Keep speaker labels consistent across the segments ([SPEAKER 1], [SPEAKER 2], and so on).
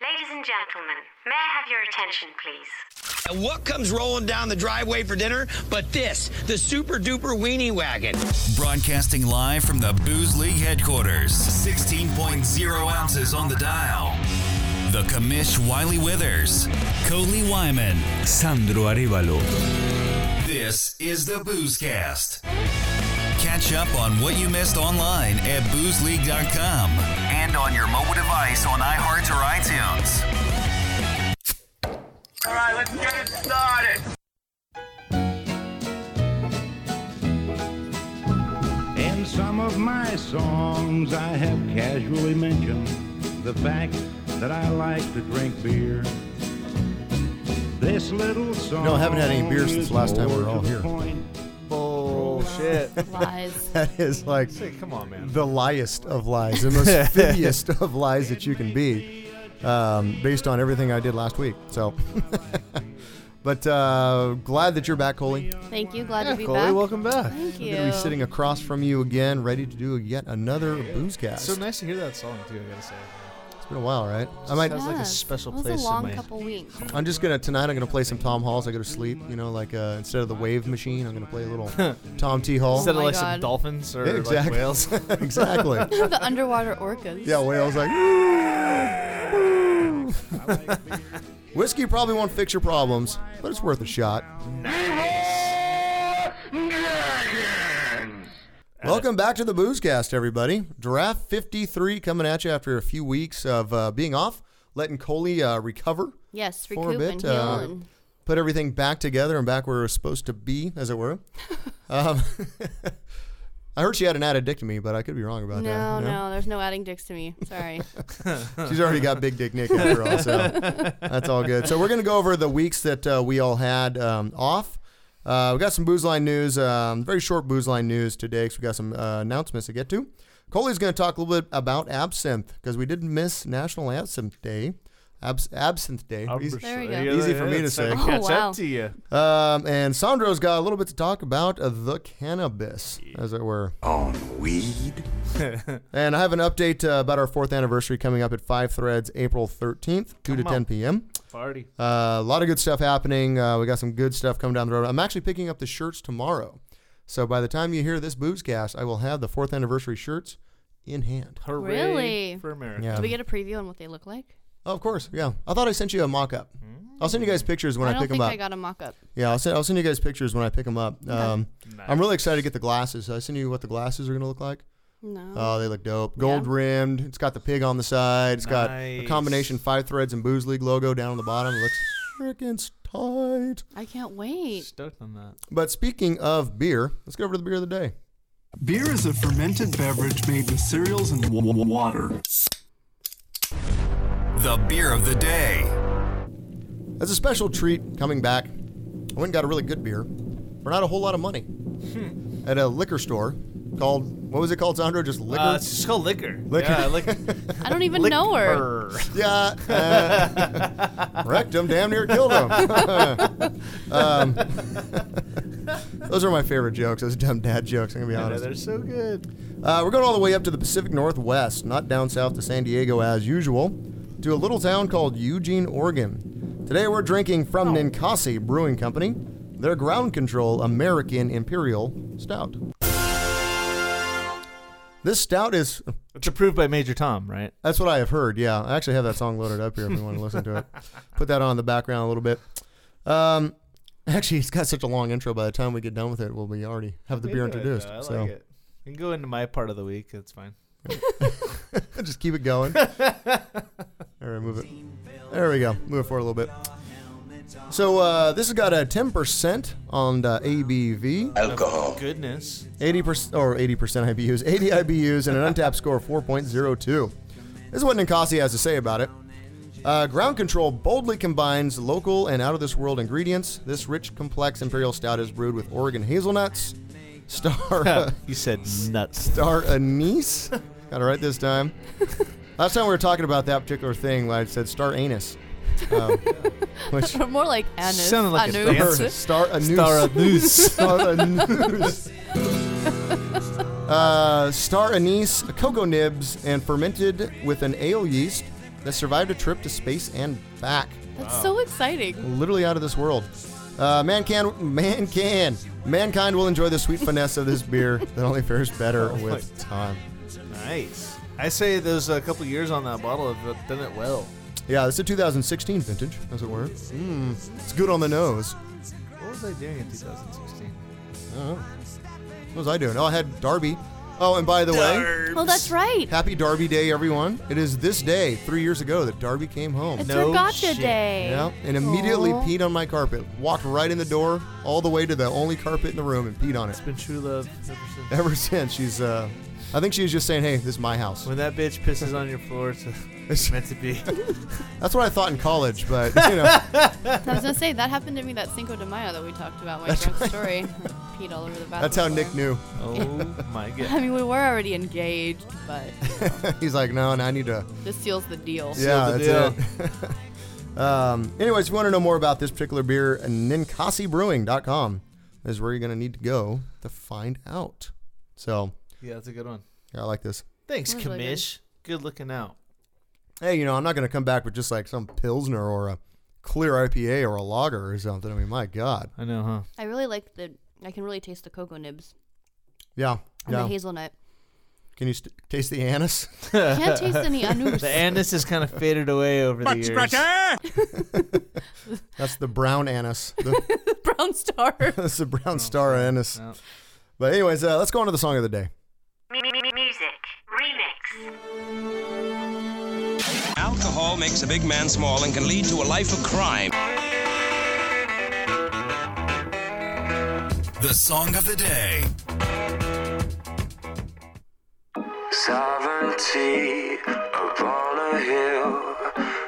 [SPEAKER 1] Ladies and gentlemen, may I have your attention, please?
[SPEAKER 2] What comes rolling down the driveway for dinner but this, the super duper weenie wagon?
[SPEAKER 3] Broadcasting live from the Booze League headquarters. 16.0 ounces on the dial. The Commish Wiley Withers. Coley Wyman.
[SPEAKER 4] Sandro Arevalo.
[SPEAKER 3] This is the Boozecast. Catch up on what you missed online at boozeleague.com and on your mobile device on iHeart or iTunes.
[SPEAKER 5] All right, let's get it started.
[SPEAKER 6] In some of my songs, I have casually mentioned the fact that I like to drink beer. This little song.
[SPEAKER 7] know, I haven't had any beer since
[SPEAKER 6] is
[SPEAKER 7] last time we were
[SPEAKER 6] more
[SPEAKER 7] all
[SPEAKER 6] to the
[SPEAKER 7] here.
[SPEAKER 6] point.
[SPEAKER 8] Bullshit.
[SPEAKER 9] Lies.
[SPEAKER 7] That is like
[SPEAKER 8] Come on, man.
[SPEAKER 7] the liest of lies, the most fibiest of lies that you can be, um, based on everything I did last week. So, but uh, glad that you're back, Coley.
[SPEAKER 9] Thank you. Glad to be
[SPEAKER 8] Coley,
[SPEAKER 9] back.
[SPEAKER 8] welcome back.
[SPEAKER 9] Thank
[SPEAKER 7] Good to
[SPEAKER 9] you.
[SPEAKER 7] be sitting across from you again, ready to do yet another boozecast.
[SPEAKER 8] So nice to hear that song too. I gotta say,
[SPEAKER 7] It's been a while, right? I might.
[SPEAKER 8] has, like, a
[SPEAKER 9] Yes.
[SPEAKER 8] special
[SPEAKER 9] It was
[SPEAKER 8] place in
[SPEAKER 9] a long
[SPEAKER 8] my-
[SPEAKER 9] couple weeks.
[SPEAKER 7] I'm just gonna tonight. I'm gonna play some Tom Halls. I go to sleep, you know, like uh, instead of the Wave Machine, I'm gonna play a little Tom T Hall.
[SPEAKER 8] instead of
[SPEAKER 9] Oh my
[SPEAKER 8] like some
[SPEAKER 9] God.
[SPEAKER 8] dolphins or
[SPEAKER 7] Yeah,
[SPEAKER 8] like
[SPEAKER 7] exactly.
[SPEAKER 8] whales.
[SPEAKER 7] exactly.
[SPEAKER 9] the underwater orcas.
[SPEAKER 7] Yeah, whales like. "Ooh, ooh." Whiskey probably won't fix your problems, but it's worth a shot. Welcome back to the Boozecast, everybody. Draft 53 coming at you after a few weeks of uh, being off, letting Coley uh, recover,
[SPEAKER 9] Yes,
[SPEAKER 7] For a
[SPEAKER 9] recoup
[SPEAKER 7] bit,
[SPEAKER 9] and heal.
[SPEAKER 7] uh,
[SPEAKER 9] and
[SPEAKER 7] put everything back together and back where it was supposed to be, as it were. um, I heard she had an addictomy, but I could be wrong about
[SPEAKER 9] no,
[SPEAKER 7] that.
[SPEAKER 9] no, there's no adding dicks to me. Sorry.
[SPEAKER 7] She's already got Big Dick Nick after all, so that's all good. So we're gonna go over the weeks that uh, we all had um, off. Uh, we got some booze line news, um, very short booze line news today because we got some uh, announcements to get to. Coley's gonna talk a little bit about absinthe because we did miss National Absinthe Day. Abs- absinthe Day. Easy-
[SPEAKER 9] There we go.
[SPEAKER 7] Easy for me to say.
[SPEAKER 9] Oh,
[SPEAKER 8] catch
[SPEAKER 9] wow.
[SPEAKER 8] up to you.
[SPEAKER 7] Um, and Sandro's got a little bit to talk about uh, the cannabis, as it were.
[SPEAKER 5] On weed?
[SPEAKER 7] And I have an update uh, about our fourth anniversary coming up at Five Threads, April 13th, 2 to
[SPEAKER 8] Come on.
[SPEAKER 7] 10 p.m.
[SPEAKER 8] Party.
[SPEAKER 7] Uh, a lot of good stuff happening. Uh, we got some good stuff coming down the road. I'm actually picking up the shirts tomorrow. So by the time you hear this boozecast, I will have the fourth anniversary shirts in hand.
[SPEAKER 8] Hooray
[SPEAKER 9] Really?
[SPEAKER 8] for America.
[SPEAKER 7] Yeah.
[SPEAKER 9] Did we get a preview on what they look like?
[SPEAKER 7] Oh, of course. Yeah. I thought I sent you a mock up. I'll send you
[SPEAKER 8] Mm.
[SPEAKER 7] guys pictures when I,
[SPEAKER 9] I don't
[SPEAKER 7] pick
[SPEAKER 9] think
[SPEAKER 7] them up.
[SPEAKER 9] I got a mock-up.
[SPEAKER 7] yeah, I'll send, I'll send you guys pictures when I pick them up. Um, I'm really excited to get the glasses. I send you what the glasses are going to look like.
[SPEAKER 9] No.
[SPEAKER 7] Oh, they look dope. Gold rimmed. It's got the pig on the side. It's got a
[SPEAKER 8] Nice.
[SPEAKER 7] combination five threads and Booze League logo down on the bottom. It looks freaking tight.
[SPEAKER 9] I can't wait.
[SPEAKER 8] Stoked on that.
[SPEAKER 7] But speaking of beer, let's go over to the beer of the day.
[SPEAKER 10] Beer is a fermented beverage made with cereals and w- w- water.
[SPEAKER 3] The beer of the day.
[SPEAKER 7] As a special treat coming back, I went and got a really good beer for not a whole lot of money
[SPEAKER 8] Hmm.
[SPEAKER 7] at a liquor store called, what was it called, Sandro? Just liquor?
[SPEAKER 8] Uh, it's just called liquor. Liquor. Yeah, liquor.
[SPEAKER 9] I don't even know her.
[SPEAKER 7] yeah. uh, wrecked him, damn near killed him. Um, those are my favorite jokes, those dumb dad jokes, I'm going to be
[SPEAKER 8] Yeah,
[SPEAKER 7] honest.
[SPEAKER 8] they're so good.
[SPEAKER 7] Uh, we're going all the way up to the Pacific Northwest, not down south to San Diego as usual, to a little town called Eugene, Oregon. Today we're drinking from Ninkasi Brewing Company, their ground control American Imperial Stout. This stout is,
[SPEAKER 8] It's approved by Major Tom, right?
[SPEAKER 7] that's what I have heard, yeah. I actually have that song loaded up here if you want to listen to it. Put that on in the background a little bit. Um, actually, it's got such a long intro, by the time we get done with it, we'll be already have the beer
[SPEAKER 8] Good,
[SPEAKER 7] introduced.
[SPEAKER 8] uh, I
[SPEAKER 7] so
[SPEAKER 8] like it. You can go into my part of the week. It's fine.
[SPEAKER 7] Just keep it going. All right, move it. There we go. Move it forward a little bit. So uh, this has got a 10% on the ABV,
[SPEAKER 5] Alcohol.
[SPEAKER 8] Goodness.
[SPEAKER 7] 80% or 80% IBUs, 80 IBUs, and an untapped score of 4.02. This is what Ninkasi has to say about it. Uh, ground control boldly combines local and out of this world ingredients. This rich, complex imperial stout is brewed with Oregon hazelnuts, star
[SPEAKER 8] You said nuts.
[SPEAKER 7] star anise. Got it right this time. Last time we were talking about that particular thing, I said star anus. Um, which
[SPEAKER 9] More like anus.
[SPEAKER 8] Sounded like a
[SPEAKER 9] anus.
[SPEAKER 8] dancer.
[SPEAKER 7] star anus.
[SPEAKER 8] Star anus.
[SPEAKER 7] Star anus. Uh, star anise, cocoa nibs, and fermented with an ale yeast that survived a trip to space and back.
[SPEAKER 9] That's so exciting.
[SPEAKER 7] Literally out of this world. Uh, man can, man can, mankind will enjoy the sweet finesse of this beer that only fares better
[SPEAKER 8] Oh my
[SPEAKER 7] with time.
[SPEAKER 8] Nice. I say those a couple years on that bottle have done it well.
[SPEAKER 7] Yeah, this is a 2016 vintage, as it were. Mm, it's good on the nose.
[SPEAKER 8] What was I doing in 2016?
[SPEAKER 7] What was I doing? Oh, I had Darby. Oh, and by the way,
[SPEAKER 9] Oh, that's right.
[SPEAKER 7] happy Darby Day, everyone. It is this day, three years ago, that Darby came home.
[SPEAKER 9] It's
[SPEAKER 8] No
[SPEAKER 9] her gotcha
[SPEAKER 8] shit.
[SPEAKER 9] day.
[SPEAKER 7] Yeah, and immediately
[SPEAKER 9] Aw.
[SPEAKER 7] peed on my carpet. Walked right in the door, all the way to the only carpet in the room, and peed on it.
[SPEAKER 8] It's been true love ever since.
[SPEAKER 7] Ever since, she's. Uh, I think she was just saying, "Hey, this is my house."
[SPEAKER 8] When that bitch pisses on your floor, it's, it's meant to be.
[SPEAKER 7] That's what I thought in college, but you know,
[SPEAKER 9] I was gonna say that happened to me that Cinco de Mayo that we talked about. My drunk story. Peed all over the bathroom.
[SPEAKER 7] that's how
[SPEAKER 9] floor.
[SPEAKER 7] Nick knew.
[SPEAKER 8] Oh my
[SPEAKER 9] I
[SPEAKER 8] god.
[SPEAKER 9] mean, we were already engaged, but
[SPEAKER 7] He's like, "No, and I need to."
[SPEAKER 9] this seals the deal.
[SPEAKER 7] Yeah,
[SPEAKER 8] the
[SPEAKER 7] that's it. um, anyways, if you want to know more about this particular beer, ninkasibrewing.com is where you're going to need to go to find out. So,
[SPEAKER 8] Yeah, that's a good one.
[SPEAKER 7] yeah, I like this.
[SPEAKER 8] Thanks,
[SPEAKER 9] That was really good.
[SPEAKER 8] Kamish. Good looking out.
[SPEAKER 7] Hey, you know, I'm not going to come back with just like some Pilsner or a clear IPA or a lager or something. I mean, my God.
[SPEAKER 8] I know, huh?
[SPEAKER 9] I really like the. I can really taste the cocoa nibs
[SPEAKER 7] Yeah.
[SPEAKER 9] and
[SPEAKER 7] Yeah.
[SPEAKER 9] the hazelnut.
[SPEAKER 7] Can you st- taste the anise?
[SPEAKER 9] I can't taste any anus.
[SPEAKER 8] The anise has kind of faded away over the years.
[SPEAKER 7] That's the brown anise. The,
[SPEAKER 9] Brown star.
[SPEAKER 7] that's the brown star anise.
[SPEAKER 8] no.
[SPEAKER 7] But, anyways, uh, let's go on to the song of the day.
[SPEAKER 1] M- m- music. Remix.
[SPEAKER 4] Alcohol makes a big man small and can lead to a life of crime.
[SPEAKER 3] The song of the day.
[SPEAKER 5] Sovereignty upon a hill,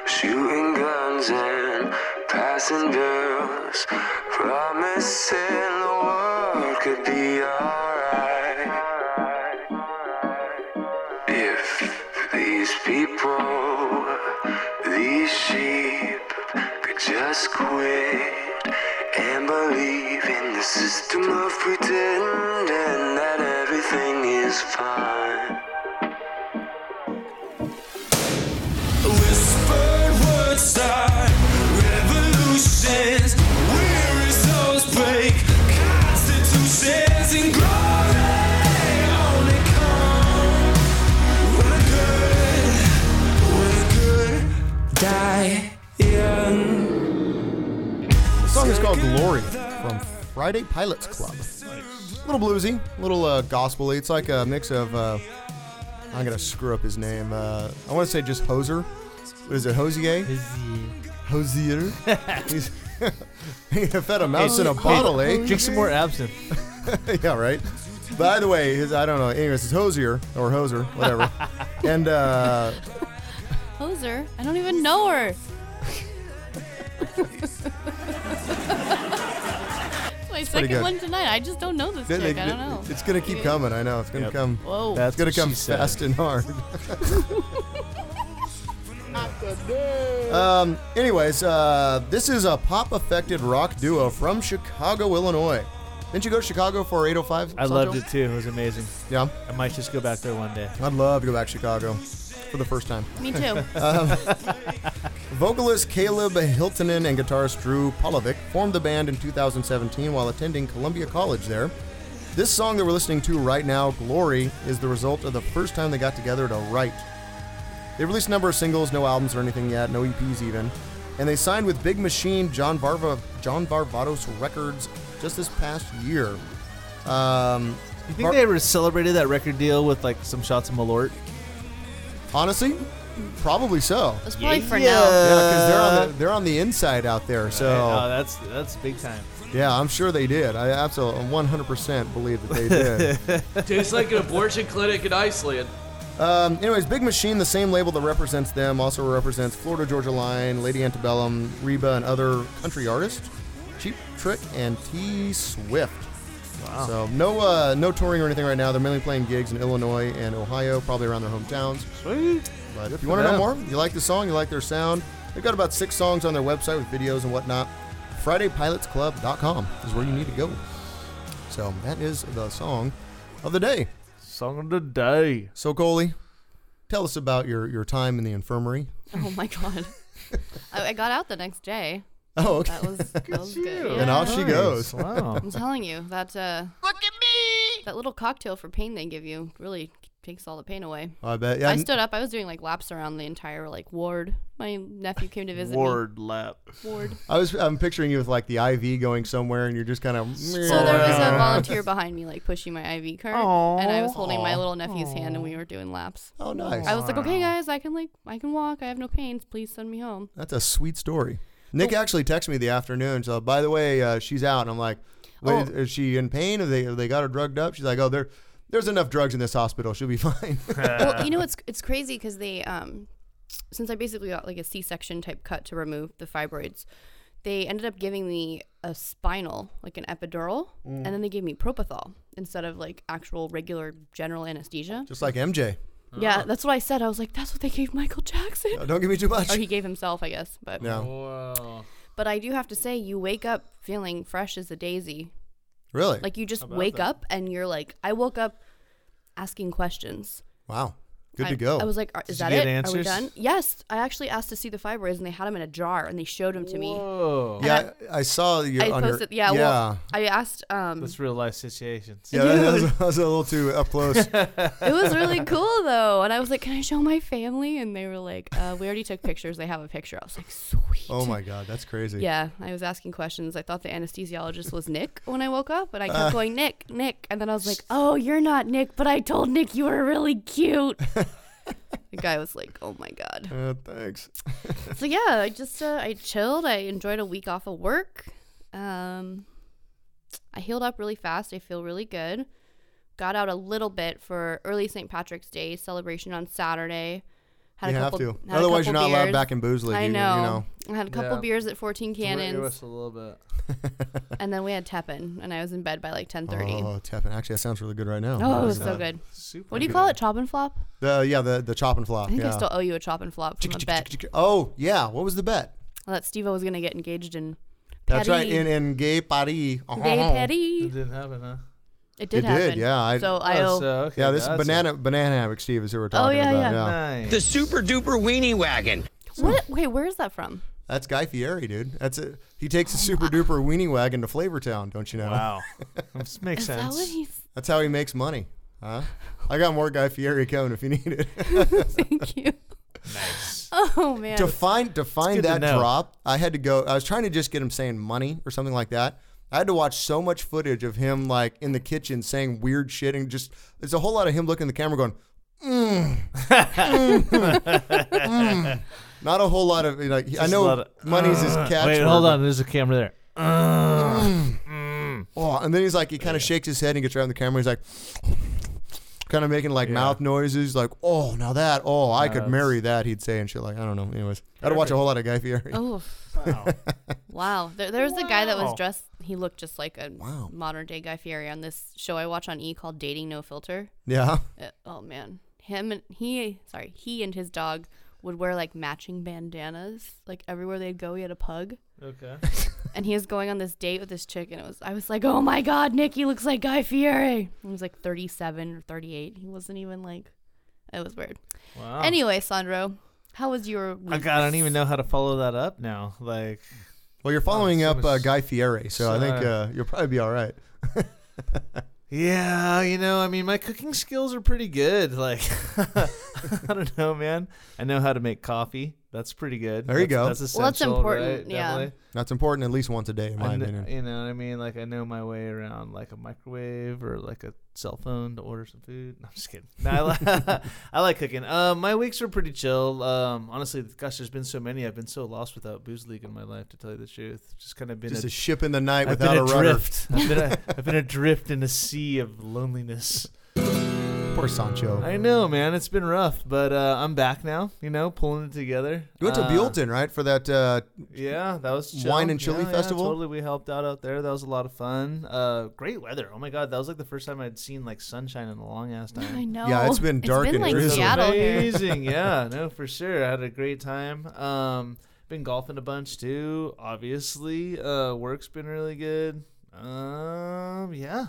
[SPEAKER 5] shooting guns and passing bills, promising the world could be alright. If these people, these sheep, could just quit and believe in the system of pretending that everything is fine.
[SPEAKER 4] Whispered words start revolutions. Weary souls break constitutions and glory only come when the good, when the good die young.
[SPEAKER 7] The song is called Glory from Friday Pilots Club. A little bluesy, a little uh, gospel It's like a mix of, uh, I'm going to screw up his name. Uh, I want to say just Hoser. What is it, Hosier? Hosier? He's he fed a mouse
[SPEAKER 9] Oh,
[SPEAKER 7] in a bottle, eh?
[SPEAKER 8] Drink some more absinthe.
[SPEAKER 7] yeah, right. By the way, his, I don't know. Anyways, it's Hosier or Hoser, whatever. and uh,
[SPEAKER 9] Hoser. I don't even know her. It's My second
[SPEAKER 7] good.
[SPEAKER 9] one tonight. I just don't know this
[SPEAKER 7] they-
[SPEAKER 9] chick.
[SPEAKER 7] they-
[SPEAKER 9] I don't know.
[SPEAKER 7] it's gonna keep coming. I know it's gonna
[SPEAKER 8] Yep.
[SPEAKER 7] come.
[SPEAKER 9] Whoa.
[SPEAKER 7] It's gonna come fast and hard. um, anyways, uh, this is a pop affected rock duo from Chicago, Illinois. Didn't you go to Chicago for 805?
[SPEAKER 8] I
[SPEAKER 7] Sancho?
[SPEAKER 8] loved it too. It was amazing.
[SPEAKER 7] Yeah,
[SPEAKER 8] I might just go back there one day.
[SPEAKER 7] I'd love to go back to Chicago for the first time.
[SPEAKER 9] Me too.
[SPEAKER 7] Vocalist Caleb Hiltonen and guitarist Drew Polovic formed the band in 2017 while attending Columbia College there. This song that we're listening to right now, Glory, is the result of the first time they got together to write. They released a number of singles, no albums or anything yet, no EPs even, and they signed with Big Machine John Barva John Barbados Records just this past year. Um,
[SPEAKER 8] You think
[SPEAKER 7] Bar-
[SPEAKER 8] they ever celebrated that record deal with like some shots of Malort?
[SPEAKER 7] honestly, probably so.
[SPEAKER 9] It's probably for
[SPEAKER 7] Yeah,
[SPEAKER 9] now.
[SPEAKER 7] 'cause they're on the, they're on the inside out there, so.
[SPEAKER 8] Oh, that's that's big time.
[SPEAKER 7] Yeah, I'm sure they did. I absolutely 100% believe that they did.
[SPEAKER 11] Tastes like an abortion clinic in Iceland.
[SPEAKER 7] um, anyways, Big Machine, the same label that represents them, also represents Florida Georgia Line, Lady Antebellum, Reba, and other country artists, Cheap Trick, and T Swift. Wow. So no uh, no touring or anything right now. They're mainly playing gigs in Illinois and Ohio, probably around their hometowns.
[SPEAKER 8] Sweet.
[SPEAKER 7] But if
[SPEAKER 8] Good
[SPEAKER 7] you
[SPEAKER 8] for
[SPEAKER 7] want to know
[SPEAKER 8] them.
[SPEAKER 7] more, you like the song, you like their sound, they've got about six songs on their website with videos and whatnot. FridayPilotsClub.com is where you need to go. So that is the song of the day.
[SPEAKER 8] Song of the day.
[SPEAKER 7] So Coley, Tell us about your, your time in the infirmary.
[SPEAKER 9] Oh my god. I, I got out the next day.
[SPEAKER 7] Oh, okay.
[SPEAKER 9] That was, that was good.
[SPEAKER 7] And off she
[SPEAKER 8] Nice.
[SPEAKER 7] goes.
[SPEAKER 8] Wow.
[SPEAKER 9] I'm telling you that. Uh, Look at me. That little cocktail for pain they give you really takes all the pain away.
[SPEAKER 7] I bet. Yeah,
[SPEAKER 9] I
[SPEAKER 7] n-
[SPEAKER 9] stood up. I was doing like laps around the entire like ward. My nephew came to visit
[SPEAKER 8] Ward lap.
[SPEAKER 9] me. Ward.
[SPEAKER 7] I was I'm picturing you with like the IV going somewhere, and you're just kind of.
[SPEAKER 9] So there was a volunteer behind me, like pushing my IV cart, and I was holding my
[SPEAKER 7] Aw.
[SPEAKER 9] little nephew's hand, and we were doing laps.
[SPEAKER 7] Oh, nice.
[SPEAKER 9] I was like, okay, guys, I can like, I can walk. I have no pains. Please send me home.
[SPEAKER 7] That's a sweet story. Nick actually texted me the afternoon. So by the way, uh, she's out, and I'm like, wait,
[SPEAKER 9] Oh.
[SPEAKER 7] is- is she in pain? Have they have they got her drugged up? She's like, oh, there, there's enough drugs in this hospital. She'll be fine.
[SPEAKER 9] well, you know, it's it's crazy because they, um, since I basically got like a C-section type cut to remove the fibroids, they ended up giving me a spinal, like an epidural, and then they gave me propofol instead of like actual regular general anesthesia.
[SPEAKER 7] just like MJ. Uh-huh.
[SPEAKER 9] yeah, that's what I said. I was like, that's what they gave Michael Jackson.
[SPEAKER 7] Uh, Don't give me too much.
[SPEAKER 9] Or he gave himself, I guess. But
[SPEAKER 7] no,
[SPEAKER 11] Wow.
[SPEAKER 9] but I do have to say, you wake up feeling fresh as a daisy.
[SPEAKER 7] really.
[SPEAKER 9] Like you just wake up and you're like, I woke up asking questions.
[SPEAKER 7] wow, good
[SPEAKER 9] I,
[SPEAKER 7] to go.
[SPEAKER 9] I was like, "Are-
[SPEAKER 8] Did
[SPEAKER 9] "Is
[SPEAKER 8] you
[SPEAKER 9] that
[SPEAKER 8] get
[SPEAKER 9] it? Are we
[SPEAKER 8] answers?
[SPEAKER 9] done?" Yes, I actually asked to see the fibroids, and they had them in a jar, and they showed them to me.
[SPEAKER 8] Whoa.
[SPEAKER 7] yeah, I, I saw you
[SPEAKER 9] I
[SPEAKER 7] on
[SPEAKER 9] posted,
[SPEAKER 7] your.
[SPEAKER 9] yeah, Well, I asked. Um,
[SPEAKER 8] That's real life situations.
[SPEAKER 7] yeah, that, that was, that was a little too up close.
[SPEAKER 9] it was really cool though, and I was like, "Can I show my family?" And they were like, uh, "We already took pictures. They have a picture." I was like, "Sweet."
[SPEAKER 7] oh my god, that's crazy.
[SPEAKER 9] Yeah, I was asking questions. I thought the anesthesiologist was Nick when I woke up, and I kept
[SPEAKER 7] Uh.
[SPEAKER 9] going, Nick, Nick. And then I was like, oh, you're not Nick, but I told Nick you were really cute. the guy was like, oh my God.
[SPEAKER 7] Uh, thanks.
[SPEAKER 9] So, yeah, I just, uh, I chilled. I enjoyed a week off of work. Um, I healed up really fast. I feel really good. Got out a little bit for early St. Patrick's Day celebration on Saturday. Had
[SPEAKER 7] you
[SPEAKER 9] a couple,
[SPEAKER 7] have to.
[SPEAKER 9] had a
[SPEAKER 7] Otherwise,
[SPEAKER 9] couple
[SPEAKER 7] you're not allowed
[SPEAKER 9] beers.
[SPEAKER 7] back in Booze League.
[SPEAKER 9] I
[SPEAKER 7] You-
[SPEAKER 9] know.
[SPEAKER 7] You, know.
[SPEAKER 9] I had a couple
[SPEAKER 8] Yeah.
[SPEAKER 9] beat beers at 14 Cannons.
[SPEAKER 8] Us a little bit.
[SPEAKER 9] and then we had Teppan, and I was in bed by like ten thirty. Oh,
[SPEAKER 7] Oh, Tevin, actually, that sounds really good right now.
[SPEAKER 9] it was so good.
[SPEAKER 8] Super.
[SPEAKER 9] What do you call it? Chop and flop?
[SPEAKER 7] The, yeah, the the chop and flop.
[SPEAKER 9] I think
[SPEAKER 7] yeah.
[SPEAKER 9] I still owe you a chop and flop from a bet
[SPEAKER 7] Oh yeah, what was the bet?
[SPEAKER 9] that Steve was gonna get engaged in.
[SPEAKER 7] That's right,
[SPEAKER 9] Petty.
[SPEAKER 7] in in gay Paris.
[SPEAKER 9] Gay
[SPEAKER 7] Uh-huh.
[SPEAKER 8] It
[SPEAKER 9] petty.
[SPEAKER 8] didn't happen, huh?
[SPEAKER 9] It did
[SPEAKER 7] did,
[SPEAKER 9] happen.
[SPEAKER 7] yeah, I- uh,
[SPEAKER 9] so I
[SPEAKER 8] Oh,
[SPEAKER 9] owe.
[SPEAKER 8] so, okay,
[SPEAKER 7] Yeah, this
[SPEAKER 8] that's
[SPEAKER 7] banana banana hammock Steve is who we're talking
[SPEAKER 9] Oh, yeah,
[SPEAKER 7] about.
[SPEAKER 9] yeah.
[SPEAKER 8] Nice.
[SPEAKER 2] The super duper weenie wagon.
[SPEAKER 9] what? Wait, where is that from?
[SPEAKER 7] That's Guy Fieri, dude. That's it. He takes
[SPEAKER 9] Oh,
[SPEAKER 7] a super duper weenie wagon to Flavortown, don't you know?
[SPEAKER 8] Wow. This makes
[SPEAKER 9] Is that
[SPEAKER 8] sense.
[SPEAKER 9] what he's?
[SPEAKER 7] That's how he makes money. Huh? I got more Guy Fieri coming if you need it.
[SPEAKER 9] Thank you.
[SPEAKER 8] Nice.
[SPEAKER 9] Oh man.
[SPEAKER 7] to find to find
[SPEAKER 8] good to
[SPEAKER 7] that
[SPEAKER 8] know.
[SPEAKER 7] drop, I had to go. I was trying to just get him saying money or something like that. I had to watch so much footage of him like in the kitchen saying weird shit and just there's a whole lot of him looking at the camera going, mm, mm, mm." not a whole lot of you know. he- I
[SPEAKER 8] Just a
[SPEAKER 7] know
[SPEAKER 8] lot of,
[SPEAKER 7] money's his
[SPEAKER 8] "Ugh."
[SPEAKER 7] catchword.
[SPEAKER 8] Wait, hold on. There's a camera there.
[SPEAKER 7] Oh, and then he's like, he kind of shakes his head and gets around the camera. He's like, kind of making like mouth noises, like, oh, now that, oh, I could marry that. He'd say and shit like, I don't know. Anyways, I had to watch a whole lot of Guy Fieri.
[SPEAKER 9] oh. Wow. There, there was a guy that was
[SPEAKER 8] Wow.
[SPEAKER 9] dressed. He looked just like a
[SPEAKER 7] Wow.
[SPEAKER 9] modern day Guy Fieri on this show I watch on E called Dating No Filter.
[SPEAKER 7] Yeah.
[SPEAKER 9] Uh, oh man, him and he, sorry, he and his dog would wear like matching bandanas like everywhere they'd go. He had a pug,
[SPEAKER 8] Okay.
[SPEAKER 9] and he was going on this date with this chick, and it was I was like, oh my god, Nicky looks like Guy Fieri. He was like 37 or 38. He wasn't even like, it was weird.
[SPEAKER 8] Wow.
[SPEAKER 9] Anyway, Sandro, how was your week?
[SPEAKER 8] I, God, I don't even know how to follow that up now. Like,
[SPEAKER 7] Well, you're following
[SPEAKER 8] so
[SPEAKER 7] up uh,
[SPEAKER 8] much-
[SPEAKER 7] Guy Fieri, so I think
[SPEAKER 8] Sorry.
[SPEAKER 7] uh, you'll probably be all right.
[SPEAKER 8] yeah, you know, I mean, my cooking skills are pretty good. Like, I don't know, man. I know how to make coffee. That's pretty good.
[SPEAKER 7] There you
[SPEAKER 8] That's-
[SPEAKER 7] go.
[SPEAKER 8] That's essential,
[SPEAKER 9] Well, that's important,
[SPEAKER 8] right?
[SPEAKER 9] yeah.
[SPEAKER 8] Definitely.
[SPEAKER 7] That's important at least once a day, in my
[SPEAKER 8] I kn-
[SPEAKER 7] opinion.
[SPEAKER 8] You know what I mean? Like I know my way around like a microwave or like a cell phone to order some food. No, I'm just kidding. No, I, li- I like cooking. Um, my weeks are pretty chill. Um, honestly, gosh, there's been so many. I've been so lost without booze league in my life, to tell you the truth. Just kind of been
[SPEAKER 7] Just
[SPEAKER 8] a,
[SPEAKER 7] a ship in the night
[SPEAKER 8] I've
[SPEAKER 7] without
[SPEAKER 8] been
[SPEAKER 7] a rudder.
[SPEAKER 8] adrift. I've been, a, I've been adrift in a sea of loneliness.
[SPEAKER 7] Poor Sancho.
[SPEAKER 8] I know, man. It's been rough, but uh, I'm back now. You know, pulling it together.
[SPEAKER 7] you went to
[SPEAKER 8] Uh,
[SPEAKER 7] Buellton, right, for that uh,
[SPEAKER 8] Yeah, that was chill.
[SPEAKER 7] Wine and Chili
[SPEAKER 8] Yeah, yeah,
[SPEAKER 7] Festival?
[SPEAKER 8] totally, we helped out out there. That was a lot of fun. Uh, great weather. Oh my god, that was like the first time I'd seen like sunshine in a long ass time.
[SPEAKER 9] I know.
[SPEAKER 7] Yeah, it's been dark
[SPEAKER 9] it's been
[SPEAKER 7] and
[SPEAKER 9] like
[SPEAKER 7] drizzly.
[SPEAKER 9] Seattle here.
[SPEAKER 8] Amazing, yeah, no, for sure. I had a great time. Um, been golfing a bunch too. Obviously, uh, work's been really good. Um, yeah.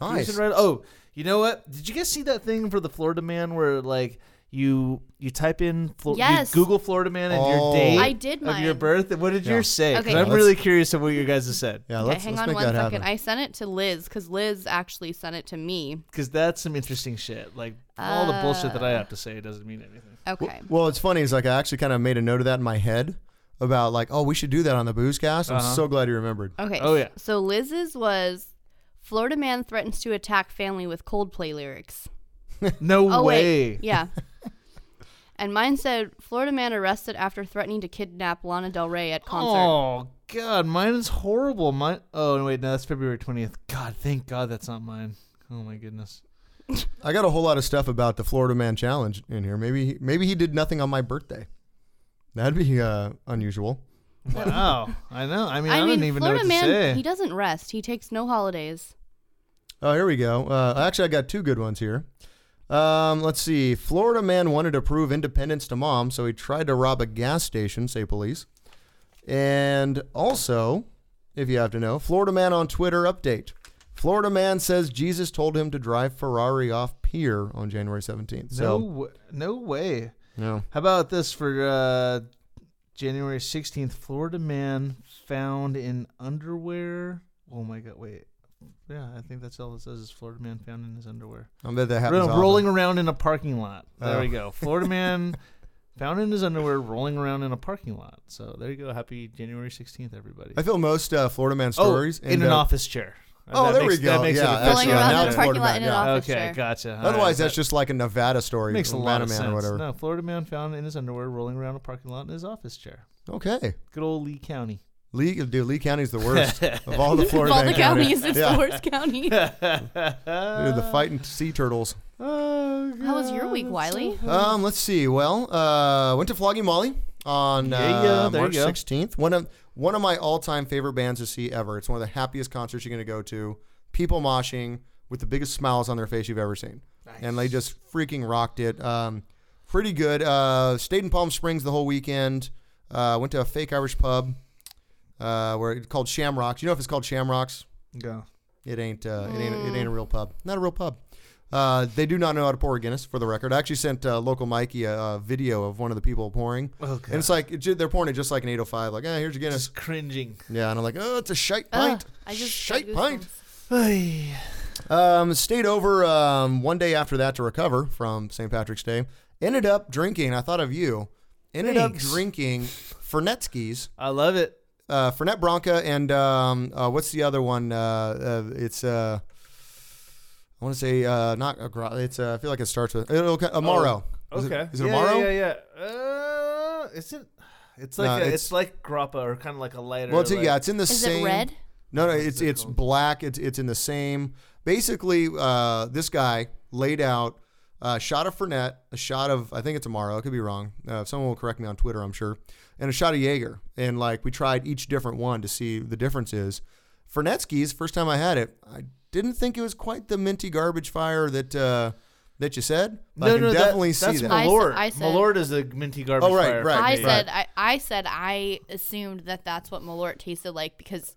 [SPEAKER 7] nice.
[SPEAKER 8] Cruising right- oh, you know what? Did you guys see that thing for the Florida man where like you you type in Flo- you
[SPEAKER 9] Yes.
[SPEAKER 8] Google Florida man and
[SPEAKER 9] Oh.
[SPEAKER 8] your date
[SPEAKER 9] I did
[SPEAKER 8] of your
[SPEAKER 9] mine.
[SPEAKER 8] birth. What did
[SPEAKER 9] Yeah.
[SPEAKER 8] yours say? 'Cause
[SPEAKER 9] Okay.
[SPEAKER 8] I'm
[SPEAKER 9] Let's-
[SPEAKER 8] really curious of what you guys have said. Yeah,
[SPEAKER 9] okay, hang on one second. I sent it to Liz because Liz actually sent it to me.
[SPEAKER 8] Because that's some interesting shit. Like all the bullshit that I
[SPEAKER 9] Uh,
[SPEAKER 8] have to say doesn't mean anything.
[SPEAKER 9] Okay.
[SPEAKER 7] Well, it's funny. It's like I actually kind of made a note of that in my head about like, oh, we should do that on the boozecast. I'm
[SPEAKER 8] Uh-huh.
[SPEAKER 7] so glad you remembered.
[SPEAKER 9] Okay.
[SPEAKER 8] Oh,
[SPEAKER 9] s- So Liz's was Florida man threatens to attack family with Coldplay lyrics.
[SPEAKER 8] No
[SPEAKER 9] oh
[SPEAKER 8] way.
[SPEAKER 9] wait, yeah. and mine said Florida man arrested after threatening to kidnap Lana Del Rey at concert.
[SPEAKER 8] Oh god, mine is horrible. Mine. Oh no, wait, no, that's February twentieth. God, thank God that's not mine. Oh my goodness.
[SPEAKER 7] I got a whole lot of stuff about the Florida Man Challenge in here. Maybe maybe he did nothing on my birthday. That'd be uh, unusual.
[SPEAKER 8] Wow. I know. I mean, I,
[SPEAKER 9] I mean,
[SPEAKER 8] don't even
[SPEAKER 9] Florida
[SPEAKER 8] know what
[SPEAKER 9] man,
[SPEAKER 8] to say.
[SPEAKER 9] he doesn't rest. He takes no holidays.
[SPEAKER 7] Oh, here we go. Uh, actually, I got two good ones here. Um, let's see. Florida man wanted to prove independence to mom, so he tried to rob a gas station, say police. And also, if you have to know, Florida man on Twitter update. Florida man says Jesus told him to drive Ferrari off pier on January 17th.
[SPEAKER 8] No,
[SPEAKER 7] So,
[SPEAKER 8] w- no way.
[SPEAKER 7] No.
[SPEAKER 8] How about this for uh, January 16th? Florida man found in underwear. Oh my God, wait. Yeah, I think that's all it says is Florida man found in his underwear.
[SPEAKER 7] I bet that happens
[SPEAKER 8] Ro-
[SPEAKER 7] often.
[SPEAKER 8] Rolling around in a parking lot. There
[SPEAKER 7] Oh.
[SPEAKER 8] we go. Florida man found in his underwear rolling around in a parking lot. So there you go. Happy January 16th, everybody.
[SPEAKER 7] I feel most uh, Florida man
[SPEAKER 8] Oh,
[SPEAKER 7] stories
[SPEAKER 8] in
[SPEAKER 7] end
[SPEAKER 8] an
[SPEAKER 7] up-
[SPEAKER 8] office chair.
[SPEAKER 7] Oh,
[SPEAKER 8] That
[SPEAKER 7] there
[SPEAKER 8] makes-
[SPEAKER 7] we go.
[SPEAKER 8] that makes it
[SPEAKER 7] yeah,
[SPEAKER 8] official.
[SPEAKER 7] actually,
[SPEAKER 8] Rolling around
[SPEAKER 7] now
[SPEAKER 8] in
[SPEAKER 7] it's
[SPEAKER 8] a parking
[SPEAKER 7] Florida
[SPEAKER 8] lot
[SPEAKER 7] man,
[SPEAKER 8] in an
[SPEAKER 7] yeah.
[SPEAKER 8] office Okay, chair. gotcha. All
[SPEAKER 7] Otherwise,
[SPEAKER 8] right,
[SPEAKER 7] that's just like a Nevada story.
[SPEAKER 8] Makes a lot
[SPEAKER 7] Nevada
[SPEAKER 8] of
[SPEAKER 7] man
[SPEAKER 8] sense.
[SPEAKER 7] or whatever.
[SPEAKER 8] No, Florida man found in his underwear rolling around a parking lot in his office chair.
[SPEAKER 7] Okay.
[SPEAKER 8] Good old Lee County.
[SPEAKER 7] Lee, dude, Lee County's the worst of all the
[SPEAKER 8] Of
[SPEAKER 7] Florida
[SPEAKER 8] all
[SPEAKER 7] man
[SPEAKER 8] the counties, it's the worst
[SPEAKER 9] county.
[SPEAKER 7] Dude, the fighting sea turtles.
[SPEAKER 8] Oh,
[SPEAKER 9] How was your week, Wiley?
[SPEAKER 7] Um, let's see. Well, uh, went to Flogging Molly on
[SPEAKER 8] Yeah, yeah,
[SPEAKER 7] uh,
[SPEAKER 8] there you
[SPEAKER 7] March
[SPEAKER 8] go.
[SPEAKER 7] 16th. One of one of my all-time favorite bands to see ever. It's one of the happiest concerts you're going to go to. People moshing with the biggest smiles on their face you've ever seen, and they just freaking rocked it. Um, pretty good. Uh, stayed in Palm Springs the whole weekend. Uh, went to a fake Irish pub uh, where it's called Shamrocks. You know if it's called Shamrocks?
[SPEAKER 8] Go.
[SPEAKER 7] It ain't. Uh, It ain't. It
[SPEAKER 9] Mm.
[SPEAKER 7] ain't a real pub. Not a real pub. Uh, they do not know how to pour a Guinness, for the record. I actually sent uh, local Mikey a, a video of one of the people pouring,
[SPEAKER 8] Oh, God.
[SPEAKER 7] and it's like it, ju- they're pouring it just like an 805. Like, eh, here's your Guinness.
[SPEAKER 8] Just cringing.
[SPEAKER 7] Yeah, and I'm like, oh, it's a shite pint.
[SPEAKER 9] I just
[SPEAKER 7] shite pint. Um, stayed over um, one day after that to recover from St. Patrick's Day. Ended up drinking. I thought of you. Ended
[SPEAKER 8] Thanks.
[SPEAKER 7] up drinking Fernetskis.
[SPEAKER 8] I love it.
[SPEAKER 7] Uh, Fernet Branca and um, uh, what's the other one? Uh, uh, it's uh, I want to say uh, not a gra- It's uh, I feel like it starts with it'll, Amaro.
[SPEAKER 8] Oh,
[SPEAKER 7] Is it-
[SPEAKER 8] okay.
[SPEAKER 7] Is it
[SPEAKER 8] yeah,
[SPEAKER 7] Amaro?
[SPEAKER 8] Yeah, yeah. yeah. Uh, is it? It's like
[SPEAKER 7] No,
[SPEAKER 8] a, it's,
[SPEAKER 7] it's-
[SPEAKER 8] like grappa or kind of like a lighter.
[SPEAKER 7] Well, it's,
[SPEAKER 8] like,
[SPEAKER 7] yeah, it's in the
[SPEAKER 9] Is it
[SPEAKER 7] same.
[SPEAKER 9] red?
[SPEAKER 7] No, no, it's it's black. It's it's in the same. Basically, uh, this guy laid out a shot of Fernet, a shot of I think it's Amaro. I could be wrong. Uh, if someone will correct me on Twitter, I'm sure. And a shot of Jaeger, and like we tried each different one to see the differences. Fernetskis, first time I had it, I didn't think it was quite the minty garbage fire that uh, that you said. But I
[SPEAKER 8] No,
[SPEAKER 7] can
[SPEAKER 8] no, that-
[SPEAKER 7] definitely see
[SPEAKER 8] that's
[SPEAKER 7] that.
[SPEAKER 9] I s-
[SPEAKER 8] Malort.
[SPEAKER 9] I said-
[SPEAKER 8] Malort is a minty garbage
[SPEAKER 7] Oh, right,
[SPEAKER 8] fire.
[SPEAKER 7] right,
[SPEAKER 9] I
[SPEAKER 7] right.
[SPEAKER 9] said I, I said I assumed that that's what Malort tasted like because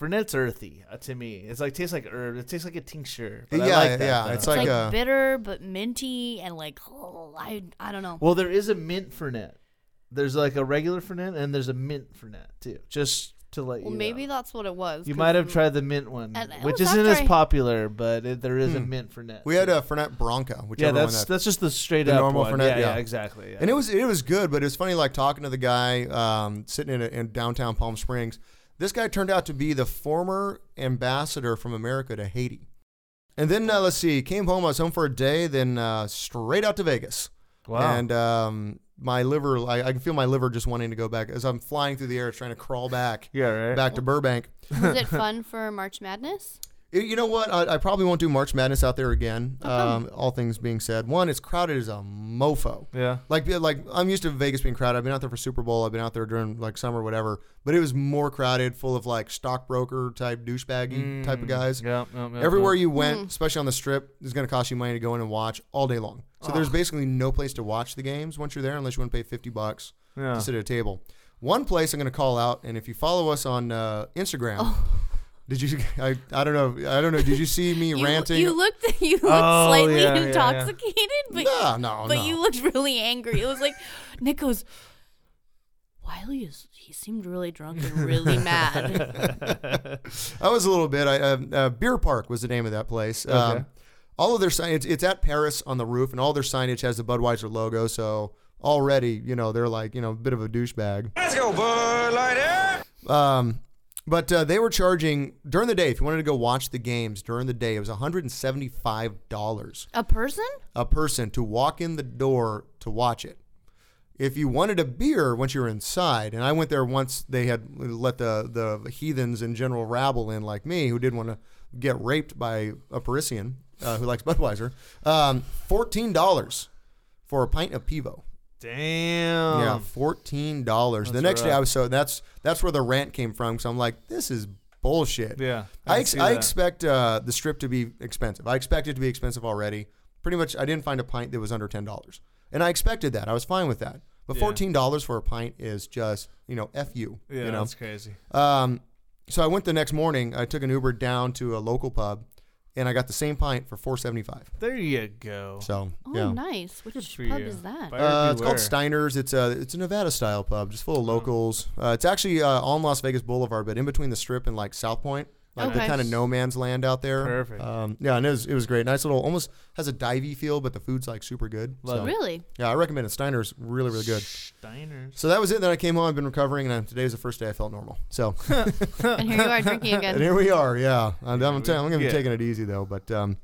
[SPEAKER 8] Fernet's earthy uh, to me. It's like tastes like herb. It tastes like a tincture. but I
[SPEAKER 7] Yeah,
[SPEAKER 8] like that,
[SPEAKER 7] yeah,
[SPEAKER 8] though.
[SPEAKER 7] it's
[SPEAKER 9] it's
[SPEAKER 7] like uh,
[SPEAKER 9] like
[SPEAKER 7] a-
[SPEAKER 9] bitter but minty and like oh, I I don't know.
[SPEAKER 8] Well, there is a mint Fernet. There's like a regular Fernet and there's a mint Fernet too. Just to let
[SPEAKER 9] Well,
[SPEAKER 8] you.
[SPEAKER 9] maybe
[SPEAKER 8] know.
[SPEAKER 9] that's what it was.
[SPEAKER 8] you
[SPEAKER 9] 'cause
[SPEAKER 8] might have
[SPEAKER 9] I'm-
[SPEAKER 8] tried the mint one,
[SPEAKER 9] And oh, it
[SPEAKER 8] which
[SPEAKER 9] was
[SPEAKER 8] isn't
[SPEAKER 9] after
[SPEAKER 8] as
[SPEAKER 9] I-
[SPEAKER 8] popular, but it, there is a
[SPEAKER 7] Hmm.
[SPEAKER 8] mint Fernet.
[SPEAKER 7] we had a Fernet Bronca, whichever
[SPEAKER 8] yeah,
[SPEAKER 7] one
[SPEAKER 8] that's
[SPEAKER 7] that-
[SPEAKER 8] that's just the straight
[SPEAKER 7] the
[SPEAKER 8] up
[SPEAKER 7] normal
[SPEAKER 8] one.
[SPEAKER 7] Fernet.
[SPEAKER 8] yeah,
[SPEAKER 7] Yeah,
[SPEAKER 8] exactly. Yeah.
[SPEAKER 7] And it was it was good, but it's funny like talking to the guy um, sitting in, a, in downtown Palm Springs. This guy turned out to be the former ambassador from America to Haiti. And then uh, let's see, came home. I was home for a day, then uh, straight out to Vegas.
[SPEAKER 8] Wow.
[SPEAKER 7] And um, my liver, I, I can feel my liver just wanting to go back as I'm flying through the air, trying to crawl back.
[SPEAKER 8] Yeah, right.
[SPEAKER 7] Back to Burbank.
[SPEAKER 9] Was it fun for March Madness?
[SPEAKER 7] Y- You know what? I, I probably won't do March Madness out there again.
[SPEAKER 9] come?
[SPEAKER 7] Um, all things being said, one, it's crowded as a mofo.
[SPEAKER 8] Yeah.
[SPEAKER 7] Like like I'm used to Vegas being crowded. I've been out there for Super Bowl. I've been out there during like summer, whatever. But it was more crowded, full of like stockbroker type douchebaggy type of guys.
[SPEAKER 8] yeah, yeah, yeah,
[SPEAKER 7] Everywhere
[SPEAKER 8] yeah.
[SPEAKER 7] you went,
[SPEAKER 9] Mm-hmm.
[SPEAKER 8] Mm.
[SPEAKER 7] especially on the strip, it's going to cost you money to go in and watch all day long. So there's basically no place to watch the games once you're there, unless you want to pay fifty bucks
[SPEAKER 8] Yeah.
[SPEAKER 9] Oh.
[SPEAKER 7] to sit at a table. One place I'm going to call out, and if you follow us on uh, Instagram, Did you? I, I don't know. I don't know. Did you see me
[SPEAKER 9] You,
[SPEAKER 7] ranting?
[SPEAKER 9] you looked you looked
[SPEAKER 7] Oh,
[SPEAKER 9] slightly
[SPEAKER 7] yeah, yeah, yeah.
[SPEAKER 9] intoxicated, but
[SPEAKER 7] No, no,
[SPEAKER 9] but
[SPEAKER 7] no.
[SPEAKER 9] you looked really angry. It was like Nick goes, Wiley is he seemed really drunk and really mad.
[SPEAKER 7] I was a little bit. I, uh, uh, Beer Park was the name of that place.
[SPEAKER 8] Okay.
[SPEAKER 7] Um, all of their signage, it's at Paris on the roof, and all their signage has the Budweiser logo. So already, you know, they're like, you know, a bit of a douchebag.
[SPEAKER 4] Let's go, Bud Light. eh?
[SPEAKER 7] Um, but uh, they were charging during the day. If you wanted to go watch the games during the day, it was one hundred and seventy-five dollars
[SPEAKER 9] A person?
[SPEAKER 7] a person to walk in the door to watch it. If you wanted a beer once you were inside, and I went there once they had let the, the heathens and general rabble in, like me, who didn't want to get raped by a Parisian uh, who likes Budweiser, um, $14 for a pint of Pivo.
[SPEAKER 8] Damn.
[SPEAKER 7] Yeah, fourteen dollars. The
[SPEAKER 8] Um, That's
[SPEAKER 7] next day,
[SPEAKER 8] rough.
[SPEAKER 7] I was so that's that's where the rant came from. So I'm like, this is bullshit.
[SPEAKER 8] Yeah, I
[SPEAKER 7] I
[SPEAKER 8] can
[SPEAKER 7] ex-
[SPEAKER 8] see
[SPEAKER 7] I
[SPEAKER 8] that.
[SPEAKER 7] expect uh, the strip to be expensive. I expect it to be expensive already. Pretty much, I didn't find a pint that was under ten dollars, and I expected that. I was fine with that. But
[SPEAKER 8] Yeah.
[SPEAKER 7] fourteen dollars for a pint is just you know f you.
[SPEAKER 8] Yeah,
[SPEAKER 7] you know?
[SPEAKER 8] that's crazy.
[SPEAKER 7] Um, so I went the next morning. I took an Uber down to a local pub, and I got the same pint for four seventy five.
[SPEAKER 8] There you go.
[SPEAKER 7] So
[SPEAKER 9] Oh,
[SPEAKER 7] yeah.
[SPEAKER 9] nice. Which
[SPEAKER 8] for
[SPEAKER 9] pub
[SPEAKER 8] you.
[SPEAKER 9] is that?
[SPEAKER 8] Buyer
[SPEAKER 7] Uh, it's called
[SPEAKER 8] beware.
[SPEAKER 7] Steiner's. It's a it's a Nevada style pub, just full of
[SPEAKER 8] Oh.
[SPEAKER 7] locals. Uh, it's actually uh, on Las Vegas Boulevard, but in between the Strip and like South Point, like the
[SPEAKER 9] Okay.
[SPEAKER 7] kind of no man's land out there.
[SPEAKER 8] Perfect.
[SPEAKER 7] Um, yeah, and it was it was great. Nice little, almost has a divey feel, but the food's like super good.
[SPEAKER 8] Love it.
[SPEAKER 9] Really?
[SPEAKER 7] Yeah, I recommend it. Steiner's really really good.
[SPEAKER 8] Steiners.
[SPEAKER 7] So that was it. Then I came home. I've been recovering, and uh, today was the first day I felt normal. So
[SPEAKER 9] and here you are drinking again.
[SPEAKER 7] and here we are. Yeah, I'm, I'm, t- I'm gonna be
[SPEAKER 8] Yeah.
[SPEAKER 7] taking it easy though. But um,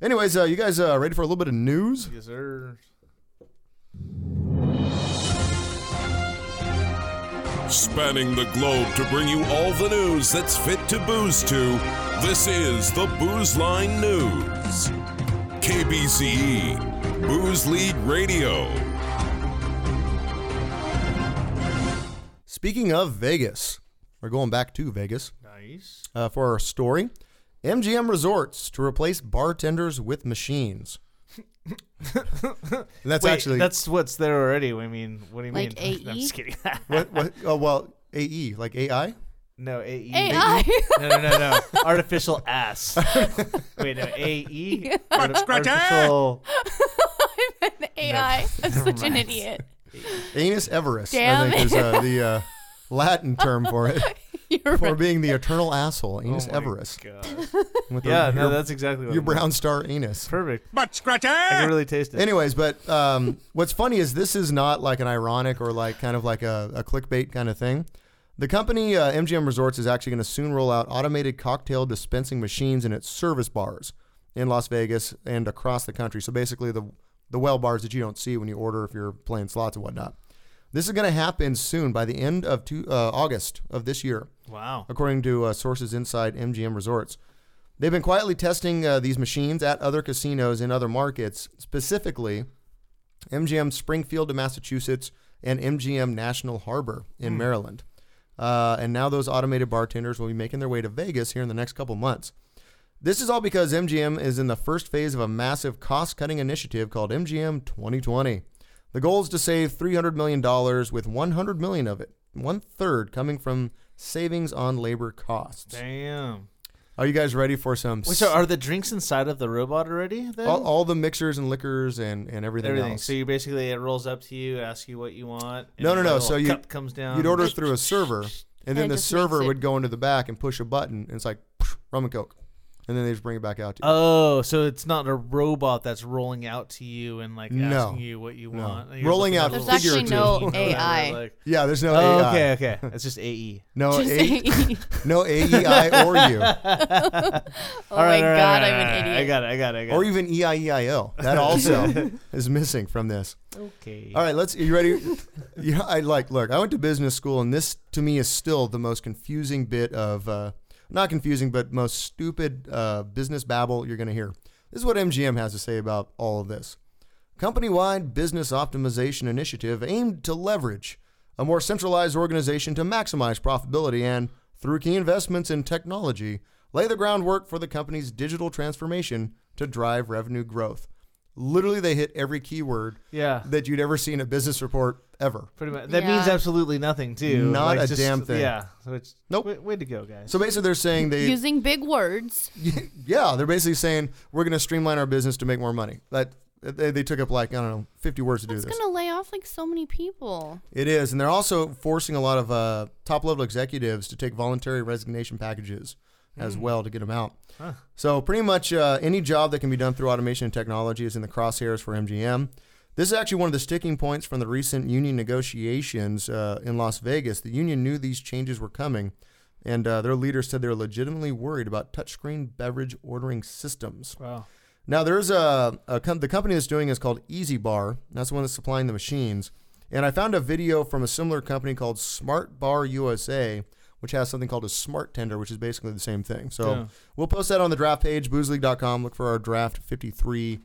[SPEAKER 7] anyways, uh, you guys uh, ready for a little bit of news?
[SPEAKER 8] Yes, sir.
[SPEAKER 12] Spanning the globe to bring you all the news that's fit to booze to, this is the Booze Line News. KBCE, E, Booze League Radio.
[SPEAKER 7] Speaking of Vegas, we're going back to Vegas.
[SPEAKER 8] Nice.
[SPEAKER 7] uh, for our story. MGM Resorts to replace bartenders with machines. And that's
[SPEAKER 8] Wait,
[SPEAKER 7] actually
[SPEAKER 8] that's what's there already. I mean, what do you
[SPEAKER 9] Like E?
[SPEAKER 8] mean? No, I'm
[SPEAKER 9] AE?
[SPEAKER 8] just kidding.
[SPEAKER 7] what, what, oh well AE like AI.
[SPEAKER 8] no AE.
[SPEAKER 9] AI.
[SPEAKER 8] no, no, no, no. Artificial ass. Wait, no AE. Arti- artificial.
[SPEAKER 9] AI. I'm such an idiot.
[SPEAKER 7] Anus Everest,
[SPEAKER 9] Damn
[SPEAKER 7] I think
[SPEAKER 9] it.
[SPEAKER 7] is uh, the uh, Latin term for it
[SPEAKER 9] You're
[SPEAKER 7] for
[SPEAKER 9] right.
[SPEAKER 7] being the eternal asshole, Anus
[SPEAKER 8] Oh my
[SPEAKER 7] Everest.
[SPEAKER 8] God.
[SPEAKER 7] With
[SPEAKER 8] Yeah,
[SPEAKER 7] your,
[SPEAKER 8] no, that's exactly what.
[SPEAKER 7] your
[SPEAKER 8] I meant.
[SPEAKER 7] brown star anus.
[SPEAKER 8] Perfect. But scratcher. I can really taste it.
[SPEAKER 7] Anyways, but um, what's funny is this is not like an ironic or like kind of like a, a clickbait kind of thing. The company uh, MGM Resorts is actually going to soon roll out automated cocktail dispensing machines in its service bars in Las Vegas and across the country. So basically, the the well bars that you don't see when you order if you're playing slots and whatnot. This is going to happen soon by the end of two, uh, August of this year
[SPEAKER 8] Wow.
[SPEAKER 7] according to uh, sources inside MGM Resorts. They've been quietly testing uh, these machines at other casinos in other markets, specifically MGM Springfield to Massachusetts and MGM National Harbor in Maryland. Uh, and now those automated bartenders will be making their way to Vegas here in the next couple months. This is all because MGM is in the first phase of a massive cost cutting initiative called MGM 2020. The goal is to save $300 million, with $100 million of it, one third, coming from savings on labor costs.
[SPEAKER 8] Damn.
[SPEAKER 7] Are you guys ready for some?
[SPEAKER 8] Wait,
[SPEAKER 7] s-
[SPEAKER 8] so are the drinks inside of the robot already? Then?
[SPEAKER 7] all, all the mixers and liquors and, and everything,
[SPEAKER 8] everything.
[SPEAKER 7] else.
[SPEAKER 8] So you basically it rolls up to you, asks you what you want. and
[SPEAKER 7] no, no,
[SPEAKER 8] a
[SPEAKER 7] no.
[SPEAKER 8] little
[SPEAKER 7] So you
[SPEAKER 8] cup comes down.
[SPEAKER 7] You'd order through a server, and then
[SPEAKER 9] And
[SPEAKER 7] the
[SPEAKER 9] just mix
[SPEAKER 7] server
[SPEAKER 9] it.
[SPEAKER 7] would go into the back and push a button, and it's like rum and coke, and then they just bring it back out to you.
[SPEAKER 8] Oh, so it's not a robot that's rolling out to you and like
[SPEAKER 7] No.
[SPEAKER 8] asking you what you
[SPEAKER 7] No.
[SPEAKER 8] want. You're
[SPEAKER 7] Rolling
[SPEAKER 8] looking
[SPEAKER 7] out
[SPEAKER 8] at the
[SPEAKER 9] There's actually
[SPEAKER 8] little
[SPEAKER 9] no
[SPEAKER 8] machine or
[SPEAKER 9] AI.
[SPEAKER 8] whatever, like-
[SPEAKER 7] yeah, there's no
[SPEAKER 8] Oh,
[SPEAKER 7] AI.
[SPEAKER 8] okay, okay. It's just E. AE.
[SPEAKER 7] No,
[SPEAKER 9] Just
[SPEAKER 7] a- E
[SPEAKER 9] AE.
[SPEAKER 7] no AEI or you,
[SPEAKER 9] Oh
[SPEAKER 8] All right,
[SPEAKER 9] my
[SPEAKER 8] all right,
[SPEAKER 9] god,
[SPEAKER 8] all
[SPEAKER 9] I'm
[SPEAKER 8] right,
[SPEAKER 9] an
[SPEAKER 8] all
[SPEAKER 9] idiot.
[SPEAKER 8] right. I got it. I got it. I got
[SPEAKER 7] or
[SPEAKER 8] it.
[SPEAKER 7] even E EIEIO. That also is missing from this.
[SPEAKER 8] Okay.
[SPEAKER 7] All right, let's. You ready? yeah, I like. Look, I went to business school, and this to me is still the most confusing bit of, uh, not confusing, but most stupid uh, business babble you're going to hear. This is what MGM has to say about all of this. Company wide business optimization initiative aimed to leverage a more centralized organization to maximize profitability and, through key investments in technology, lay the groundwork for the company's digital transformation to drive revenue growth. Literally, they hit every keyword
[SPEAKER 8] Yeah.
[SPEAKER 7] that you'd ever see in a business report ever.
[SPEAKER 8] Pretty much. That means absolutely nothing too.
[SPEAKER 7] Not
[SPEAKER 8] Like,
[SPEAKER 7] a
[SPEAKER 8] just-
[SPEAKER 7] damn thing.
[SPEAKER 8] Yeah. So it's
[SPEAKER 7] Nope.
[SPEAKER 8] Way, way to go, guys.
[SPEAKER 7] So basically, they're saying they
[SPEAKER 9] Using big words.
[SPEAKER 7] yeah, they're basically saying we're going to streamline our business to make more money. That they, they took up like I don't know, fifty words to do
[SPEAKER 9] It's
[SPEAKER 7] this.
[SPEAKER 9] going to lay off like so many people.
[SPEAKER 7] It is, and they're also forcing a lot of uh, top level executives to take voluntary resignation packages as
[SPEAKER 8] Mm.
[SPEAKER 7] well to get them out.
[SPEAKER 8] Huh.
[SPEAKER 7] So pretty much uh, any job that can be done through automation and technology is in the crosshairs for MGM. This is actually one of the sticking points from the recent union negotiations uh, in Las Vegas. The union knew these changes were coming, and uh, their leader said they're legitimately worried about touchscreen beverage ordering systems.
[SPEAKER 8] Wow.
[SPEAKER 7] Now there's a, a com- the company that's doing is called Easy Bar. That's the one that's supplying the machines. And I found a video from a similar company called Smart Bar USA, which has something called a Smart Tender, which is basically the same thing. So
[SPEAKER 8] Yeah.
[SPEAKER 7] we'll post that on the draft page, boozeleague.com. Look for our draft 53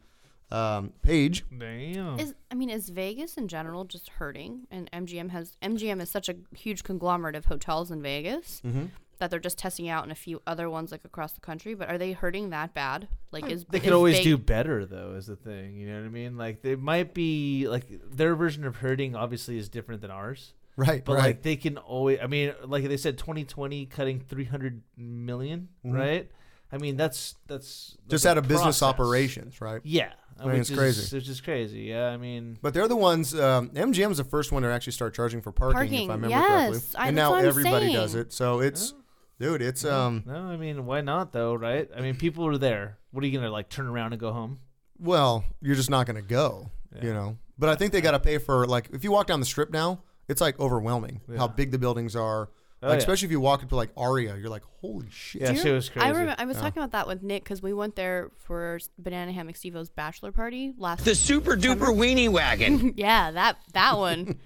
[SPEAKER 7] um, page.
[SPEAKER 8] Damn.
[SPEAKER 9] Is I mean, is Vegas in general just hurting? And MGM has MGM is such a huge conglomerate of hotels in Vegas
[SPEAKER 8] Mm-hmm.
[SPEAKER 7] Mhm.
[SPEAKER 9] that they're just testing out in a few other ones like across the country. But are they hurting that bad? Like, is
[SPEAKER 8] they
[SPEAKER 9] is
[SPEAKER 8] could always
[SPEAKER 9] Ve-
[SPEAKER 8] do better though is the thing you know what i mean like they might be like their version of hurting obviously is different than ours
[SPEAKER 7] Right,
[SPEAKER 8] but
[SPEAKER 7] right.
[SPEAKER 8] like they can always i mean like they said 2020 cutting 300 million,
[SPEAKER 7] Mhm.
[SPEAKER 8] right i mean that's that's
[SPEAKER 7] Just
[SPEAKER 8] that's
[SPEAKER 7] out
[SPEAKER 8] a
[SPEAKER 7] of business
[SPEAKER 8] process.
[SPEAKER 7] operations, right?
[SPEAKER 8] yeah
[SPEAKER 7] I mean,
[SPEAKER 8] which
[SPEAKER 7] it's
[SPEAKER 8] is-
[SPEAKER 7] crazy.
[SPEAKER 8] which is crazy yeah i mean
[SPEAKER 7] But they're the ones. Um, MGM's the first one to actually start charging for parking, if
[SPEAKER 9] Parking,
[SPEAKER 7] I remember
[SPEAKER 9] yes.
[SPEAKER 7] correctly.
[SPEAKER 9] I-
[SPEAKER 7] and
[SPEAKER 9] that's
[SPEAKER 7] now
[SPEAKER 9] what I'm
[SPEAKER 7] everybody does
[SPEAKER 9] saying.
[SPEAKER 7] it. So it's, dude, it's um,
[SPEAKER 8] no i mean why not though right i mean people are there what are you gonna like turn around and go home
[SPEAKER 7] well, you're just not going to go, you know. But I think they got to pay for like if you walk down the strip now, it's like overwhelming how big the buildings are.
[SPEAKER 8] Oh,
[SPEAKER 7] like,
[SPEAKER 8] yeah.
[SPEAKER 7] Especially if you walk into like Aria, you're like, holy shit!
[SPEAKER 8] Yeah, Do you- shit was Oh.
[SPEAKER 9] I remember I was
[SPEAKER 7] Yeah.
[SPEAKER 9] talking about that with Nick because we went there for Banana Hammock Steve-O's bachelor party last.
[SPEAKER 2] The super duper weenie wagon.
[SPEAKER 9] yeah, that that one.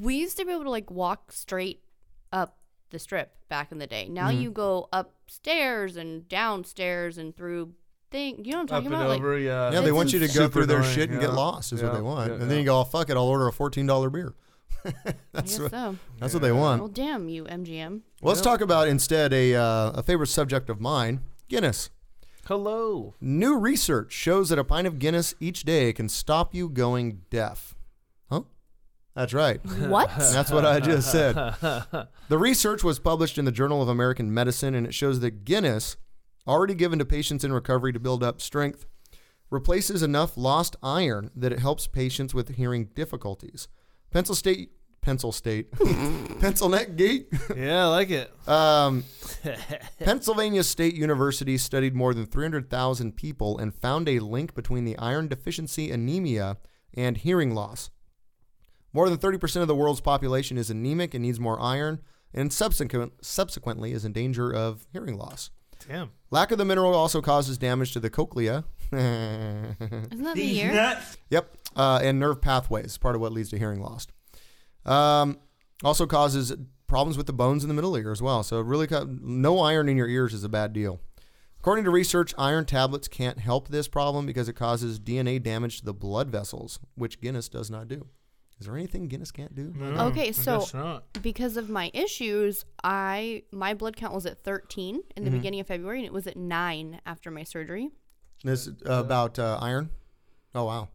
[SPEAKER 9] we used to be able to like walk straight up the strip back in the day. Now
[SPEAKER 8] Mhm.
[SPEAKER 9] you go upstairs and downstairs and through thing. You know what I'm
[SPEAKER 8] Up
[SPEAKER 9] talking
[SPEAKER 8] and
[SPEAKER 9] about? Like,
[SPEAKER 8] over, yeah.
[SPEAKER 7] Yeah, they
[SPEAKER 8] It's
[SPEAKER 7] want you to go
[SPEAKER 8] super
[SPEAKER 7] through their
[SPEAKER 8] annoying,
[SPEAKER 7] shit and
[SPEAKER 8] yeah.
[SPEAKER 7] get lost is what
[SPEAKER 8] Yeah,
[SPEAKER 7] they want,
[SPEAKER 8] yeah,
[SPEAKER 7] and then you go, oh, "Fuck it, I'll order a fourteen dollar beer." that's
[SPEAKER 9] guess
[SPEAKER 7] what,
[SPEAKER 9] so.
[SPEAKER 7] that's what they want.
[SPEAKER 9] Well, damn you, MGM.
[SPEAKER 7] Well, let's talk about instead a, uh, a favorite subject of mine Guinness.
[SPEAKER 8] hello
[SPEAKER 7] New research shows that a pint of Guinness each day can stop you going deaf. Huh? That's right.
[SPEAKER 9] What?
[SPEAKER 7] That's what I just said. The research was published in the Journal of American Medicine, and it shows that Guinness, already given to patients in recovery to build up strength, replaces enough lost iron that it helps patients with hearing difficulties. Pencil State, Pencil State, Pencil Neck Gate.
[SPEAKER 8] yeah i like it
[SPEAKER 7] Um, Pennsylvania State University studied more than 300,000 people and found a link between the iron deficiency anemia and hearing loss. More than 30% of the world's population is anemic and needs more iron, and subsequent, subsequently is in danger of hearing loss.
[SPEAKER 8] damn
[SPEAKER 7] Lack of the mineral also causes damage to the cochlea. Isn't
[SPEAKER 9] that the These year? nuts.
[SPEAKER 7] Yep, uh, and nerve pathways, part of what leads to hearing loss. Um, also causes problems with the bones in the middle ear as well. So really, co- no iron in your ears is a bad deal. According to research, iron tablets can't help this problem because it causes DNA damage to the blood vessels, which Guinness does not do. Is there anything Guinness can't do?
[SPEAKER 9] okay, so because of my issues, I my blood count was at 13 in the
[SPEAKER 7] Mhm.
[SPEAKER 9] beginning of February, and it was at nine after my surgery.
[SPEAKER 7] This uh, about uh, iron. Oh wow.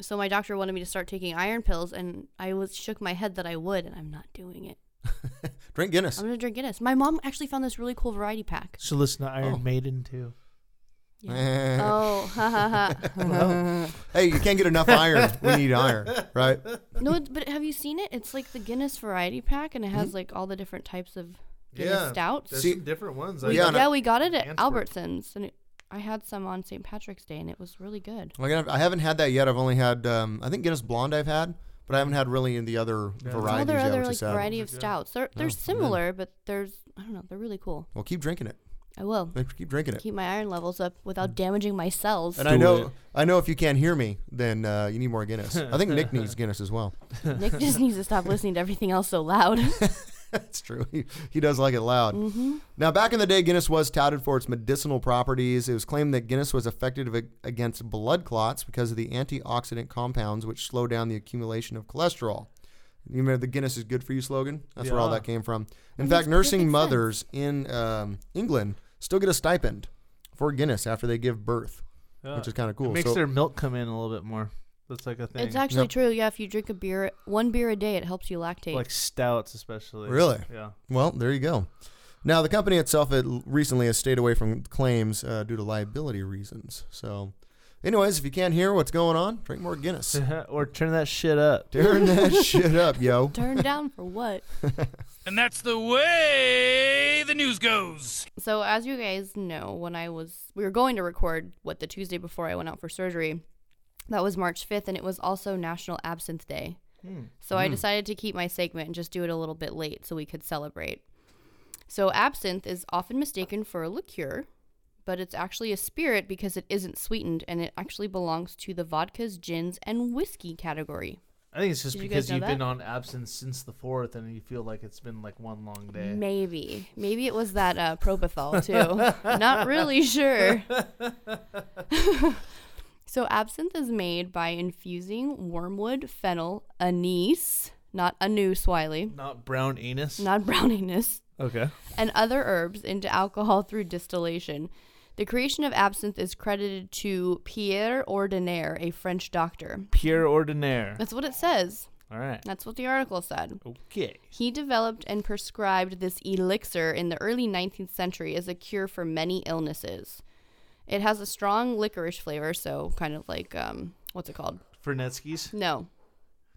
[SPEAKER 9] So my doctor wanted me to start taking iron pills, and I was shook my head that I would, and I'm not doing it.
[SPEAKER 7] Drink Guinness.
[SPEAKER 9] I'm gonna drink Guinness. My mom actually found this really cool variety pack.
[SPEAKER 8] so listen to
[SPEAKER 7] Oh.
[SPEAKER 8] iron maiden too
[SPEAKER 9] Yeah. oh, ha ha ha.
[SPEAKER 7] hey, you can't get enough iron. We need iron, right?
[SPEAKER 9] no, it- but have you seen it? It's like the Guinness variety pack, and it has like all the different types of Guinness
[SPEAKER 8] Yeah,
[SPEAKER 9] stouts.
[SPEAKER 8] there's See- some different ones.
[SPEAKER 9] We-
[SPEAKER 8] I
[SPEAKER 9] yeah,
[SPEAKER 8] got it
[SPEAKER 9] we got it at
[SPEAKER 8] Antwerp.
[SPEAKER 9] Albertsons, and it, I had some on St. Patrick's Day, and it was really good.
[SPEAKER 7] Well, I haven't- I haven't had that yet. I've only had, um, I think Guinness Blonde I've had, but I haven't had really in the other
[SPEAKER 9] All
[SPEAKER 7] varieties
[SPEAKER 9] their
[SPEAKER 7] yet,
[SPEAKER 9] other
[SPEAKER 7] which
[SPEAKER 9] like
[SPEAKER 7] is sad.
[SPEAKER 9] variety of stouts. They're
[SPEAKER 7] Yeah,
[SPEAKER 9] they're
[SPEAKER 7] yeah.
[SPEAKER 9] similar, but there's I don't know. They're really cool.
[SPEAKER 7] Well, keep drinking it.
[SPEAKER 9] I will.
[SPEAKER 7] Like, Keep drinking it.
[SPEAKER 9] Keep my iron levels up without damaging my cells.
[SPEAKER 7] and I know, I know if you can't hear me, then uh, you need more Guinness. I think Nick needs Guinness as well.
[SPEAKER 9] Nick just needs to stop listening to everything else so loud.
[SPEAKER 7] That's true. He, he does like it loud.
[SPEAKER 8] Mm-hmm.
[SPEAKER 9] Mhm.
[SPEAKER 7] Now, back in the day, Guinness was touted for its medicinal properties. It was claimed that Guinness was effective ag- against blood clots because of the antioxidant compounds which slow down the accumulation of cholesterol. You remember the Guinness is good for you slogan? That's where all
[SPEAKER 8] Yeah.
[SPEAKER 7] that came from. In
[SPEAKER 8] That
[SPEAKER 7] fact,
[SPEAKER 8] makes
[SPEAKER 7] nursing
[SPEAKER 8] perfect
[SPEAKER 7] mothers in um, England still get a stipend for Guinness after they give birth. which is kind of cool.
[SPEAKER 8] It makes
[SPEAKER 7] So-
[SPEAKER 8] their milk come in a little bit more. That's like a thing.
[SPEAKER 9] It's actually true. Yeah, if you drink a beer, one beer a day, it helps you lactate.
[SPEAKER 8] like stouts, especially.
[SPEAKER 7] Really?
[SPEAKER 8] Yeah.
[SPEAKER 7] Well, there you go. Now, the company itself it l- recently has stayed away from claims uh, due to liability reasons. So, anyways, if you can't hear what's going on, drink more Guinness.
[SPEAKER 8] or turn that shit up.
[SPEAKER 7] Turn that shit up, yo.
[SPEAKER 9] Turn down for what?
[SPEAKER 13] And that's the way the news goes.
[SPEAKER 9] So as you guys know, when I was we were going to record what the Tuesday before I went out for surgery. That was March 5th and it was also National Absinthe Day.
[SPEAKER 14] Hmm.
[SPEAKER 9] So I
[SPEAKER 14] Hmm.
[SPEAKER 9] decided to keep my segment and just do it a little bit late so we could celebrate. So absinthe is often mistaken for a liqueur, but it's actually a spirit because it isn't sweetened and it actually belongs to the vodkas, gins, and whiskey category.
[SPEAKER 8] I think it's just
[SPEAKER 9] Did you guys
[SPEAKER 8] because
[SPEAKER 9] know
[SPEAKER 8] you've been
[SPEAKER 9] that?
[SPEAKER 8] on absence since the fourth, and you feel like it's been like one long day.
[SPEAKER 9] Maybe. Maybe it was that uh, propofol too. Not really sure. so absinthe is made by infusing wormwood, fennel, anise, not anus, Wiley,
[SPEAKER 8] Not brown anus.
[SPEAKER 9] not brown anus,
[SPEAKER 8] Okay.
[SPEAKER 9] and other herbs into alcohol through distillation. The creation of absinthe is credited to Pierre Ordinaire, a French doctor.
[SPEAKER 8] Pure ordinaire.
[SPEAKER 9] That's what it says.
[SPEAKER 8] All right.
[SPEAKER 9] That's what the article said.
[SPEAKER 8] Okay.
[SPEAKER 9] He developed and prescribed this elixir in the early 19th century as a cure for many illnesses. It has a strong licorice flavor, so kind of like um, what's it called?
[SPEAKER 8] Fernetsky's.
[SPEAKER 9] No,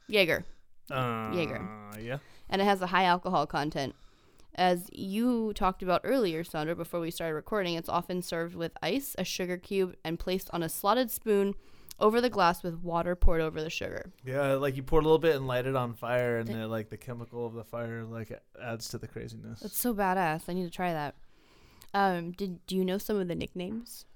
[SPEAKER 9] Jaeger.
[SPEAKER 8] Uh,
[SPEAKER 9] Jaeger.
[SPEAKER 8] Yeah.
[SPEAKER 9] And it has a high alcohol content. As you talked about earlier, Sandra, before we started recording, it's often served with ice, a sugar cube, and placed on a slotted spoon over the glass with water poured over the sugar.
[SPEAKER 8] Yeah, like you pour a little bit and light it on fire, and then like the chemical of the fire like adds to the craziness.
[SPEAKER 9] That's so badass. I need to try that. Um, did do you know some of the nicknames?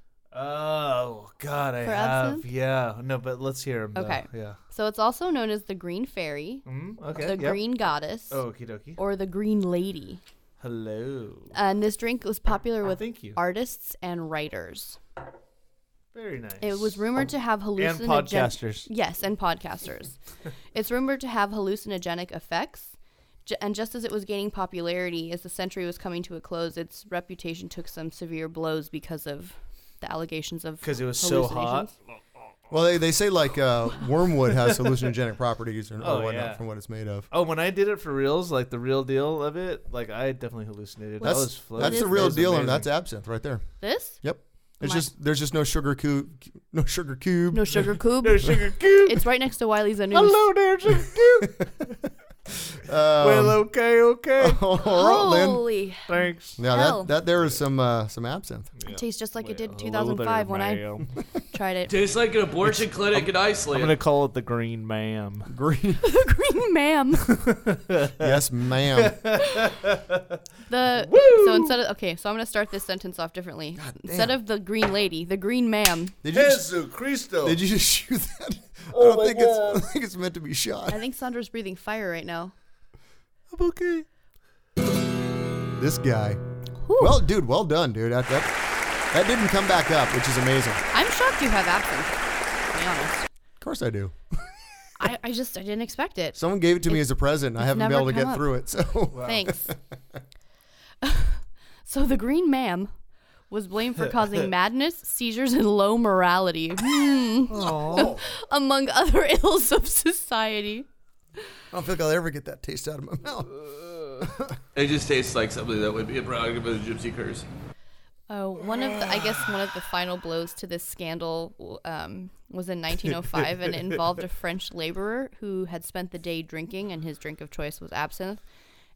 [SPEAKER 8] Oh God, I
[SPEAKER 9] For
[SPEAKER 8] have.
[SPEAKER 9] absinthe?
[SPEAKER 8] Yeah. No, but let's hear them.
[SPEAKER 9] Okay.
[SPEAKER 8] Yeah.
[SPEAKER 9] So it's also known as the Green Fairy,
[SPEAKER 8] Mm, okay,
[SPEAKER 9] the
[SPEAKER 8] yep. Oh.
[SPEAKER 9] Green Goddess,
[SPEAKER 8] Okie dokie.
[SPEAKER 9] or the Green Lady.
[SPEAKER 8] Hello.
[SPEAKER 9] And this drink was popular with
[SPEAKER 8] Ah, Thank you.
[SPEAKER 9] artists and writers.
[SPEAKER 8] Very nice.
[SPEAKER 9] It was rumored to have hallucinogenic
[SPEAKER 8] And podcasters.
[SPEAKER 9] Yes, and podcasters. it's rumored to have hallucinogenic effects. J- and just as it was gaining popularity, as the century was coming to a close, its reputation took some severe blows because of the allegations of
[SPEAKER 8] Because it was so hot.
[SPEAKER 7] Well, they, they say like uh, wormwood has hallucinogenic properties or, or
[SPEAKER 8] Oh,
[SPEAKER 7] whatnot
[SPEAKER 8] yeah.
[SPEAKER 7] from what it's made of.
[SPEAKER 8] Oh, when I did it for reals, like the real deal of it, like I definitely hallucinated. I was
[SPEAKER 7] That's,
[SPEAKER 8] floating.
[SPEAKER 7] that's the
[SPEAKER 8] It
[SPEAKER 7] real
[SPEAKER 8] was
[SPEAKER 7] deal,
[SPEAKER 8] amazing.
[SPEAKER 7] and that's absinthe right there.
[SPEAKER 9] This?
[SPEAKER 7] Yep. It's
[SPEAKER 9] Am I-
[SPEAKER 7] just there's just no sugar cube, no sugar cube,
[SPEAKER 9] No sugar cube.
[SPEAKER 7] no sugar
[SPEAKER 9] cube. It's right next to Wiley's Anus.
[SPEAKER 8] Hello there, sugar cube. well,
[SPEAKER 7] Um,
[SPEAKER 8] okay, okay.
[SPEAKER 7] All right, Lynn.
[SPEAKER 9] Holy
[SPEAKER 8] Thanks.
[SPEAKER 7] Yeah,
[SPEAKER 9] hell.
[SPEAKER 7] that, that there is some uh, some absinthe.
[SPEAKER 9] It tastes just like it did in
[SPEAKER 8] a little bit of
[SPEAKER 9] 2005 when I
[SPEAKER 8] mayo.
[SPEAKER 9] tried it.
[SPEAKER 11] Tastes like an abortion clinic in
[SPEAKER 8] I'm
[SPEAKER 11] Iceland.
[SPEAKER 8] gonna call it the green ma'am.
[SPEAKER 7] Green.
[SPEAKER 9] Green ma'am.
[SPEAKER 7] yes, ma'am.
[SPEAKER 9] The so instead of okay, so I'm gonna start this sentence off differently. Instead of the green lady, the green ma'am.
[SPEAKER 7] Did you just-
[SPEAKER 8] Cristo.
[SPEAKER 7] Did you just shoot that?
[SPEAKER 9] Oh
[SPEAKER 7] I don't
[SPEAKER 9] my
[SPEAKER 7] think it's I
[SPEAKER 9] God.
[SPEAKER 7] don't think it's meant to be shot.
[SPEAKER 9] I think Sandra's breathing fire right now.
[SPEAKER 8] I'm okay.
[SPEAKER 7] This guy. Well, dude, well done, dude. That, that that didn't come back up, which is amazing.
[SPEAKER 9] I'm shocked you have absinthe. To be honest,
[SPEAKER 7] Of course I do.
[SPEAKER 9] I, I just I didn't expect it.
[SPEAKER 7] Someone gave it to me as a present. and I
[SPEAKER 9] it's
[SPEAKER 7] haven't been
[SPEAKER 9] never
[SPEAKER 7] able to
[SPEAKER 9] come
[SPEAKER 7] get
[SPEAKER 9] up.
[SPEAKER 7] through it. So
[SPEAKER 8] uh,
[SPEAKER 9] Thanks. so the green ma'am was blamed for causing madness, seizures, and low morality, Hmm. among other ills of society.
[SPEAKER 7] I don't think I'll ever get that taste out of my mouth.
[SPEAKER 11] It just tastes like something that would be a product of a gypsy curse.
[SPEAKER 9] Oh, one of the, I guess one of the final blows to this scandal um, was in 1905 and it involved a French laborer who had spent the day drinking and his drink of choice was absinthe.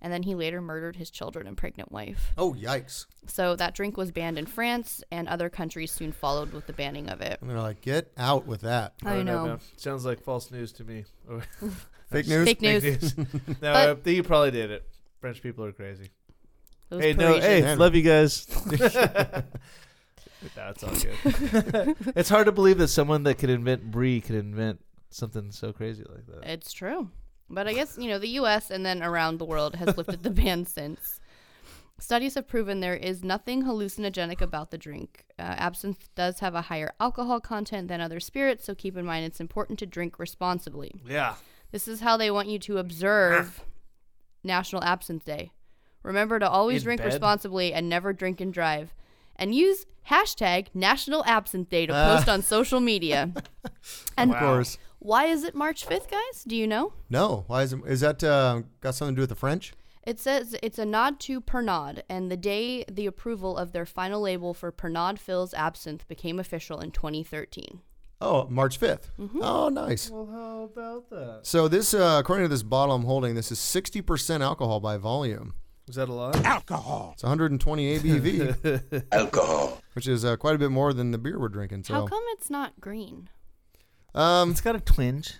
[SPEAKER 9] And then he later murdered his children and pregnant wife.
[SPEAKER 7] Oh yikes!
[SPEAKER 9] So that drink was banned in France and other countries soon followed with the banning of it.
[SPEAKER 7] And they're like, get out with that.
[SPEAKER 9] I
[SPEAKER 8] don't
[SPEAKER 9] know.
[SPEAKER 8] man. Sounds like false news to me.
[SPEAKER 7] Fake news?
[SPEAKER 9] Fake news.
[SPEAKER 8] no,
[SPEAKER 9] But-
[SPEAKER 8] I think you probably did it. French people are crazy.
[SPEAKER 9] Those
[SPEAKER 8] hey, no, hey,
[SPEAKER 9] Parisians.
[SPEAKER 8] love you guys. That's all good. it's hard to believe that someone that could invent brie could invent something so crazy like that.
[SPEAKER 9] It's true. But I guess, you know, the US and then around the world has lifted the ban since. Studies have proven there is nothing hallucinogenic about the drink. Uh, absinthe does have a higher alcohol content than other spirits, so keep in mind it's important to drink responsibly.
[SPEAKER 8] Yeah.
[SPEAKER 9] This is how they want you to observe National Absinthe Day. Remember to always
[SPEAKER 8] In
[SPEAKER 9] drink
[SPEAKER 8] bed?
[SPEAKER 9] responsibly and never drink and drive. and use hashtag National Absinthe Day to post
[SPEAKER 7] Uh.
[SPEAKER 9] on social media.
[SPEAKER 7] Of course.
[SPEAKER 9] Why is it March 5th, guys? Do you know?
[SPEAKER 7] No. Why is, it, is that uh, got something to do with the French?
[SPEAKER 9] It says it's a nod to Pernod, and the day the approval of their final label for Pernod Phil's Absinthe became official in 2013.
[SPEAKER 7] Oh, March 5th.
[SPEAKER 9] Mm-hmm.
[SPEAKER 7] Oh, nice.
[SPEAKER 8] Well, how about that?
[SPEAKER 7] So this, uh, according to this bottle I'm holding, this is 60% alcohol by volume.
[SPEAKER 8] Was that a lot? Alcohol.
[SPEAKER 7] It's 120 ABV. alcohol. Which is uh, quite a bit more than the beer we're drinking. So.
[SPEAKER 9] How come it's not green?
[SPEAKER 7] Um,
[SPEAKER 8] it's got a twinge.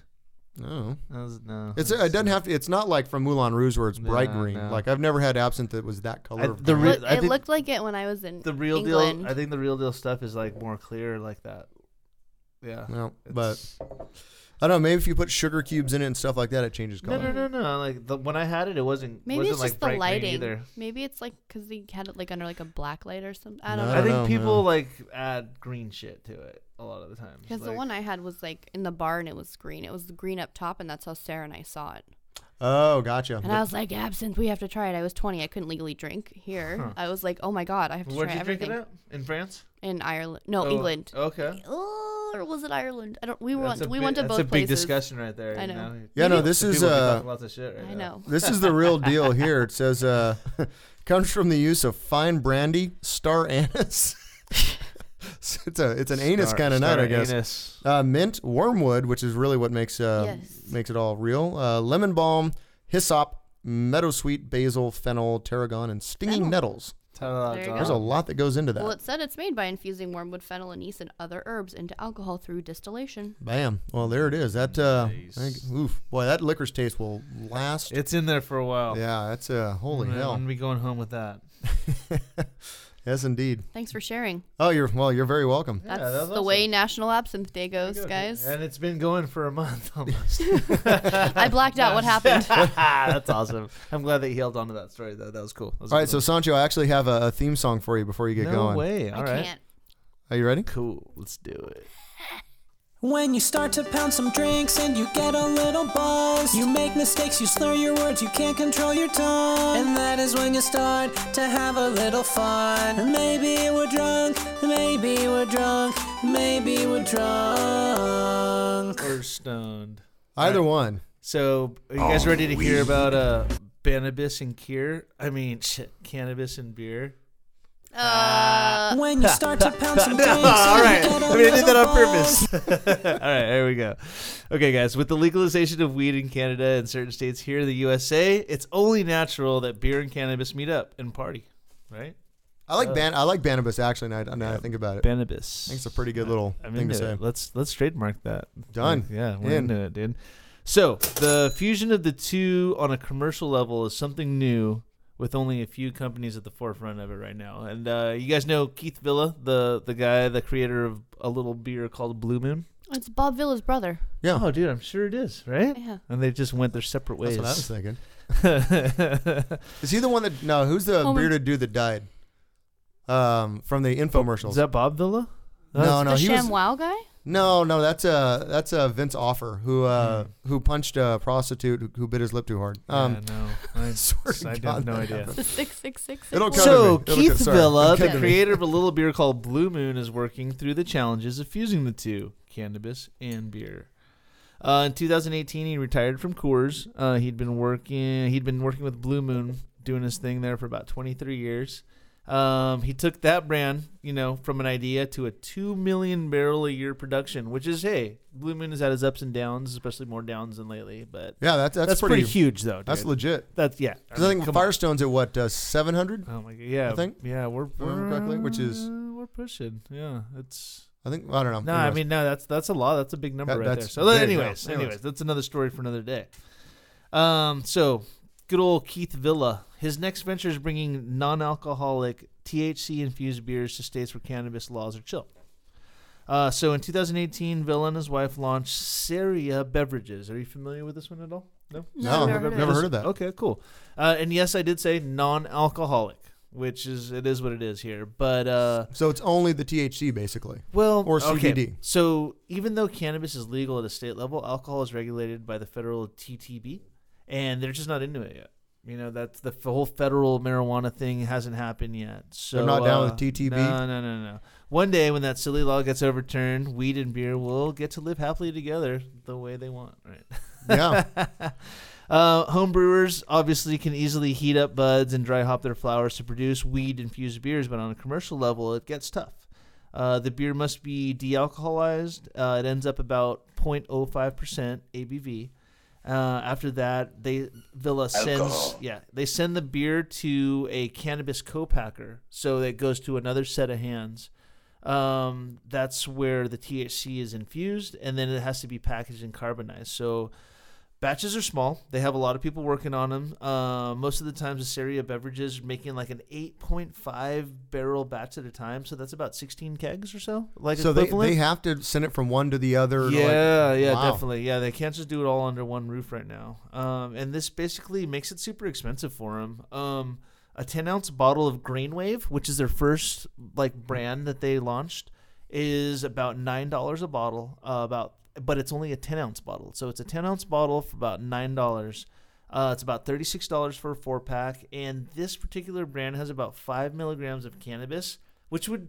[SPEAKER 7] No,
[SPEAKER 8] That was- no.
[SPEAKER 7] It's it doesn't have to. It's not like from Moulin Rouge where it's bright
[SPEAKER 8] No,
[SPEAKER 7] green.
[SPEAKER 8] no.
[SPEAKER 7] Like I've never had absinthe that was that color.
[SPEAKER 8] I-
[SPEAKER 7] of
[SPEAKER 8] the
[SPEAKER 7] green.
[SPEAKER 8] real-
[SPEAKER 9] Look,
[SPEAKER 8] I
[SPEAKER 9] it
[SPEAKER 8] think
[SPEAKER 9] looked like it when I was in
[SPEAKER 8] the real
[SPEAKER 9] England.
[SPEAKER 8] deal. I think the real deal stuff is like more clear like that. Yeah.
[SPEAKER 7] No, but I don't know. Maybe if you put sugar cubes in it and stuff like that, it changes
[SPEAKER 8] No,
[SPEAKER 7] color.
[SPEAKER 8] no, no, no. Like the, when I had it, it wasn't.
[SPEAKER 9] Maybe
[SPEAKER 8] wasn't
[SPEAKER 9] it's
[SPEAKER 8] like
[SPEAKER 9] just
[SPEAKER 8] bright
[SPEAKER 9] the
[SPEAKER 8] green
[SPEAKER 9] lighting.
[SPEAKER 8] either.
[SPEAKER 9] Maybe it's like because they had it like under like a black light or something. I don't
[SPEAKER 7] No,
[SPEAKER 8] I,
[SPEAKER 9] know.
[SPEAKER 8] think
[SPEAKER 7] no,
[SPEAKER 8] people
[SPEAKER 7] no.
[SPEAKER 8] like add green shit to it a lot of the time.
[SPEAKER 9] Because the
[SPEAKER 8] Like,
[SPEAKER 9] one I had was like in the bar and it was green. It was green up top, and that's how Sarah and I saw it.
[SPEAKER 7] Oh, gotcha.
[SPEAKER 9] And I was like, absinthe, we have to try it. I was 20. I couldn't legally drink here.
[SPEAKER 8] Huh.
[SPEAKER 9] I was like, oh my God, I have to
[SPEAKER 8] Where'd
[SPEAKER 9] try
[SPEAKER 8] you drink
[SPEAKER 9] everything.
[SPEAKER 8] it at? In France?
[SPEAKER 9] In Ireland. No,
[SPEAKER 8] Oh,
[SPEAKER 9] England.
[SPEAKER 8] Okay.
[SPEAKER 9] Oh, or was it Ireland? I don't. We went.
[SPEAKER 8] That's a
[SPEAKER 9] We
[SPEAKER 8] big-
[SPEAKER 9] went to
[SPEAKER 8] that's
[SPEAKER 9] both
[SPEAKER 8] a big
[SPEAKER 9] places.
[SPEAKER 8] discussion right there.
[SPEAKER 9] I
[SPEAKER 8] you
[SPEAKER 9] know.
[SPEAKER 7] Yeah, no, this
[SPEAKER 8] People
[SPEAKER 7] is
[SPEAKER 8] be
[SPEAKER 7] uh,
[SPEAKER 8] talking lots of shit right
[SPEAKER 9] I
[SPEAKER 8] now.
[SPEAKER 9] know.
[SPEAKER 7] this is the real deal here. It says uh, comes from the use of fine brandy, star anise. So it's a it's an anus
[SPEAKER 8] Star-
[SPEAKER 7] kind of nut,
[SPEAKER 8] star
[SPEAKER 7] I guess.
[SPEAKER 8] anise.
[SPEAKER 7] Uh, mint, wormwood, which is really what makes uh,
[SPEAKER 9] Yes.
[SPEAKER 7] makes it all real. Uh, lemon balm, hyssop, meadowsweet, basil, fennel, tarragon, and stinging nettles.
[SPEAKER 9] There you
[SPEAKER 7] There's
[SPEAKER 9] go.
[SPEAKER 7] a lot that goes into that.
[SPEAKER 9] Oh. Well, it said it's made by infusing wormwood, fennel, anise, and other herbs into alcohol through distillation.
[SPEAKER 7] Bam. Well, there it is. That uh, I think- oof, boy, that liquor's taste will last.
[SPEAKER 8] It's Mm, in there for a while.
[SPEAKER 7] Yeah, that's uh, holy
[SPEAKER 8] I'm gonna- I'm
[SPEAKER 7] hell.
[SPEAKER 8] gonna be going home with that.
[SPEAKER 7] Yes, indeed.
[SPEAKER 9] Thanks for sharing.
[SPEAKER 7] Oh, you're well. You're very welcome.
[SPEAKER 9] That's
[SPEAKER 8] that was
[SPEAKER 9] the way National Absinthe Day goes, guys.
[SPEAKER 8] And it's been going for a month almost.
[SPEAKER 9] I blacked out. What happened?
[SPEAKER 8] That's awesome. I'm glad that he held on to that story though. That was cool. That was a
[SPEAKER 7] All
[SPEAKER 8] good
[SPEAKER 7] right, so
[SPEAKER 8] one.
[SPEAKER 7] Sancho, I actually have a, a theme song for you before you get
[SPEAKER 8] No
[SPEAKER 7] going.
[SPEAKER 8] way. I All right.
[SPEAKER 9] can't.
[SPEAKER 7] Are you ready?
[SPEAKER 8] Cool. Let's do it.
[SPEAKER 14] When you start to pound some drinks and you get a little buzzed, you make mistakes, you slur your words, you can't control your tongue. And that is when you start to have a little fun. And Maybe we're drunk, maybe we're drunk, maybe we're drunk.
[SPEAKER 8] Or stoned.
[SPEAKER 7] Either
[SPEAKER 8] All right.
[SPEAKER 7] one.
[SPEAKER 8] So, are you guys
[SPEAKER 7] Oh,
[SPEAKER 8] ready to hear
[SPEAKER 7] weed.
[SPEAKER 8] about uh, cannabis and cure? I mean, shit, cannabis and beer.
[SPEAKER 14] when you start to pound some drinks,
[SPEAKER 8] all right.
[SPEAKER 14] and you get a
[SPEAKER 8] I mean, I did that
[SPEAKER 14] little
[SPEAKER 8] on purpose.
[SPEAKER 14] buzzed.
[SPEAKER 8] all right, here we go. Okay, guys, with the legalization of weed in Canada and certain states here in the USA, it's only natural that beer and cannabis meet up and party, right?
[SPEAKER 7] I like
[SPEAKER 8] Uh,
[SPEAKER 7] ban. I like Banibus actually. Now, now I think about it.
[SPEAKER 8] Banibus.
[SPEAKER 7] I think it's a pretty good little
[SPEAKER 8] I'm
[SPEAKER 7] thing to
[SPEAKER 8] into
[SPEAKER 7] say.
[SPEAKER 8] it. Let's let's trademark that.
[SPEAKER 7] Done.
[SPEAKER 8] Yeah, we're
[SPEAKER 7] In.
[SPEAKER 8] into it, dude. So the fusion of the two on a commercial level is something new, with only a few companies at the forefront of it right now. And uh, you guys know Keith Villa, the the guy, the creator of a little beer called Blue Moon.
[SPEAKER 9] It's Bob Villa's brother.
[SPEAKER 7] Yeah.
[SPEAKER 8] Oh, dude, I'm sure it is, right?
[SPEAKER 9] Yeah.
[SPEAKER 8] And they just went their separate ways.
[SPEAKER 7] That's what I was thinking. Is he the one that? No, who's the
[SPEAKER 8] Oh my-
[SPEAKER 7] bearded dude that died? Um, from the infomercials.
[SPEAKER 8] Is that Bob Villa?
[SPEAKER 7] No, no,
[SPEAKER 9] the
[SPEAKER 7] he was.
[SPEAKER 9] ShamWow guy.
[SPEAKER 7] No, no, that's uh that's uh Vince Offer who uh
[SPEAKER 8] Hmm.
[SPEAKER 7] who punched a prostitute who, who bit his lip too hard. Um,
[SPEAKER 8] yeah, no, I,
[SPEAKER 7] swear to
[SPEAKER 8] I
[SPEAKER 7] God,
[SPEAKER 8] have no
[SPEAKER 7] that
[SPEAKER 8] idea.
[SPEAKER 7] happened.
[SPEAKER 9] The six six six.
[SPEAKER 7] It'll come
[SPEAKER 8] So
[SPEAKER 7] to me. It'll
[SPEAKER 8] Keith
[SPEAKER 7] come- sorry.
[SPEAKER 8] Villa,
[SPEAKER 7] It'll come
[SPEAKER 8] the
[SPEAKER 7] to me.
[SPEAKER 8] creator of a little beer called Blue Moon, is working through the challenges of fusing the two, cannabis and beer. Uh, in 2018, he retired from Coors. Uh, he'd been working. He'd been working with Blue Moon, doing his thing there for about 23 years. Um, he took that brand, you know, from an idea to a two million barrel a year production, which is hey, Blue Moon has had his ups and downs, especially more downs than lately. But
[SPEAKER 7] Yeah, that's that's,
[SPEAKER 8] pretty, huge though.
[SPEAKER 7] That's
[SPEAKER 8] dude.
[SPEAKER 7] legit.
[SPEAKER 8] That's yeah.
[SPEAKER 7] Because I, think Firestone's at what uh, seven hundred.
[SPEAKER 8] Oh my god! Yeah,
[SPEAKER 7] I think
[SPEAKER 8] yeah, we're,
[SPEAKER 7] If I
[SPEAKER 8] we're
[SPEAKER 7] remember correctly, which is
[SPEAKER 8] we're pushing. Yeah, it's.
[SPEAKER 7] I think I don't know.
[SPEAKER 8] No, I mean no. That's that's a lot. That's a big number
[SPEAKER 7] That-
[SPEAKER 8] right there.
[SPEAKER 7] that's
[SPEAKER 8] So,
[SPEAKER 7] big,
[SPEAKER 8] anyways,
[SPEAKER 7] yeah.
[SPEAKER 8] anyways,
[SPEAKER 7] Anyways.
[SPEAKER 8] that's another story for another day. Um, so good old Keith Villa. His next venture is bringing non-alcoholic THC-infused beers to states where cannabis laws are chill. Uh, so in 2018, Villa and his wife launched Seria Beverages. Are you familiar with this one at all? No,
[SPEAKER 7] No, No, never heard of never it. heard of that.
[SPEAKER 8] Okay, cool. Uh, and yes, I did say non-alcoholic, which is it is what it is here. But uh,
[SPEAKER 7] so it's only the THC basically.
[SPEAKER 8] well,
[SPEAKER 7] or
[SPEAKER 8] okay.
[SPEAKER 7] CBD.
[SPEAKER 8] So even though cannabis is legal at a state level, alcohol is regulated by the federal TTB, and they're just not into it yet. You know that's the f- whole federal marijuana thing hasn't happened yet. So
[SPEAKER 7] They're not down with
[SPEAKER 8] uh,
[SPEAKER 7] TTB?
[SPEAKER 8] No, no, no, no. One day when that silly law gets overturned, weed and beer will get to live happily together the way they want. Right.
[SPEAKER 7] Yeah.
[SPEAKER 8] Uh, homebrewers obviously can easily heat up buds and dry hop their flowers to produce weed infused beers, but on a commercial level, it gets tough. Uh, the beer must be de alcoholized. Uh, it ends up about 0.05% ABV. Uh, after that, they Villa sends
[SPEAKER 15] Alcohol.
[SPEAKER 8] yeah they send the beer to a cannabis co-packer, so it goes to another set of hands. Um, that's where the THC is infused, and then it has to be packaged and carbonized. So batches are small. They have a lot of people working on them. Uh, most of the times, Asaria Beverages are making like an 8.5 barrel batch at a time. So that's about 16 kegs or so. Like
[SPEAKER 7] so they,
[SPEAKER 8] equivalent.
[SPEAKER 7] they have to send it from one to the other. like-
[SPEAKER 8] Yeah, yeah,
[SPEAKER 7] Wow.
[SPEAKER 8] definitely. Yeah, they can't just do it all under one roof right now. Um, and this basically makes it super expensive for them. Um, a 10 ounce bottle of Grainwave, which is their first like brand that they launched, is about nine dollars a bottle. Uh, about, but it's only a 10 ounce bottle, so it's a 10 ounce bottle for about nine dollars. Uh, it's about thirty-six dollars for a four-pack, and this particular brand has about five milligrams of cannabis, which would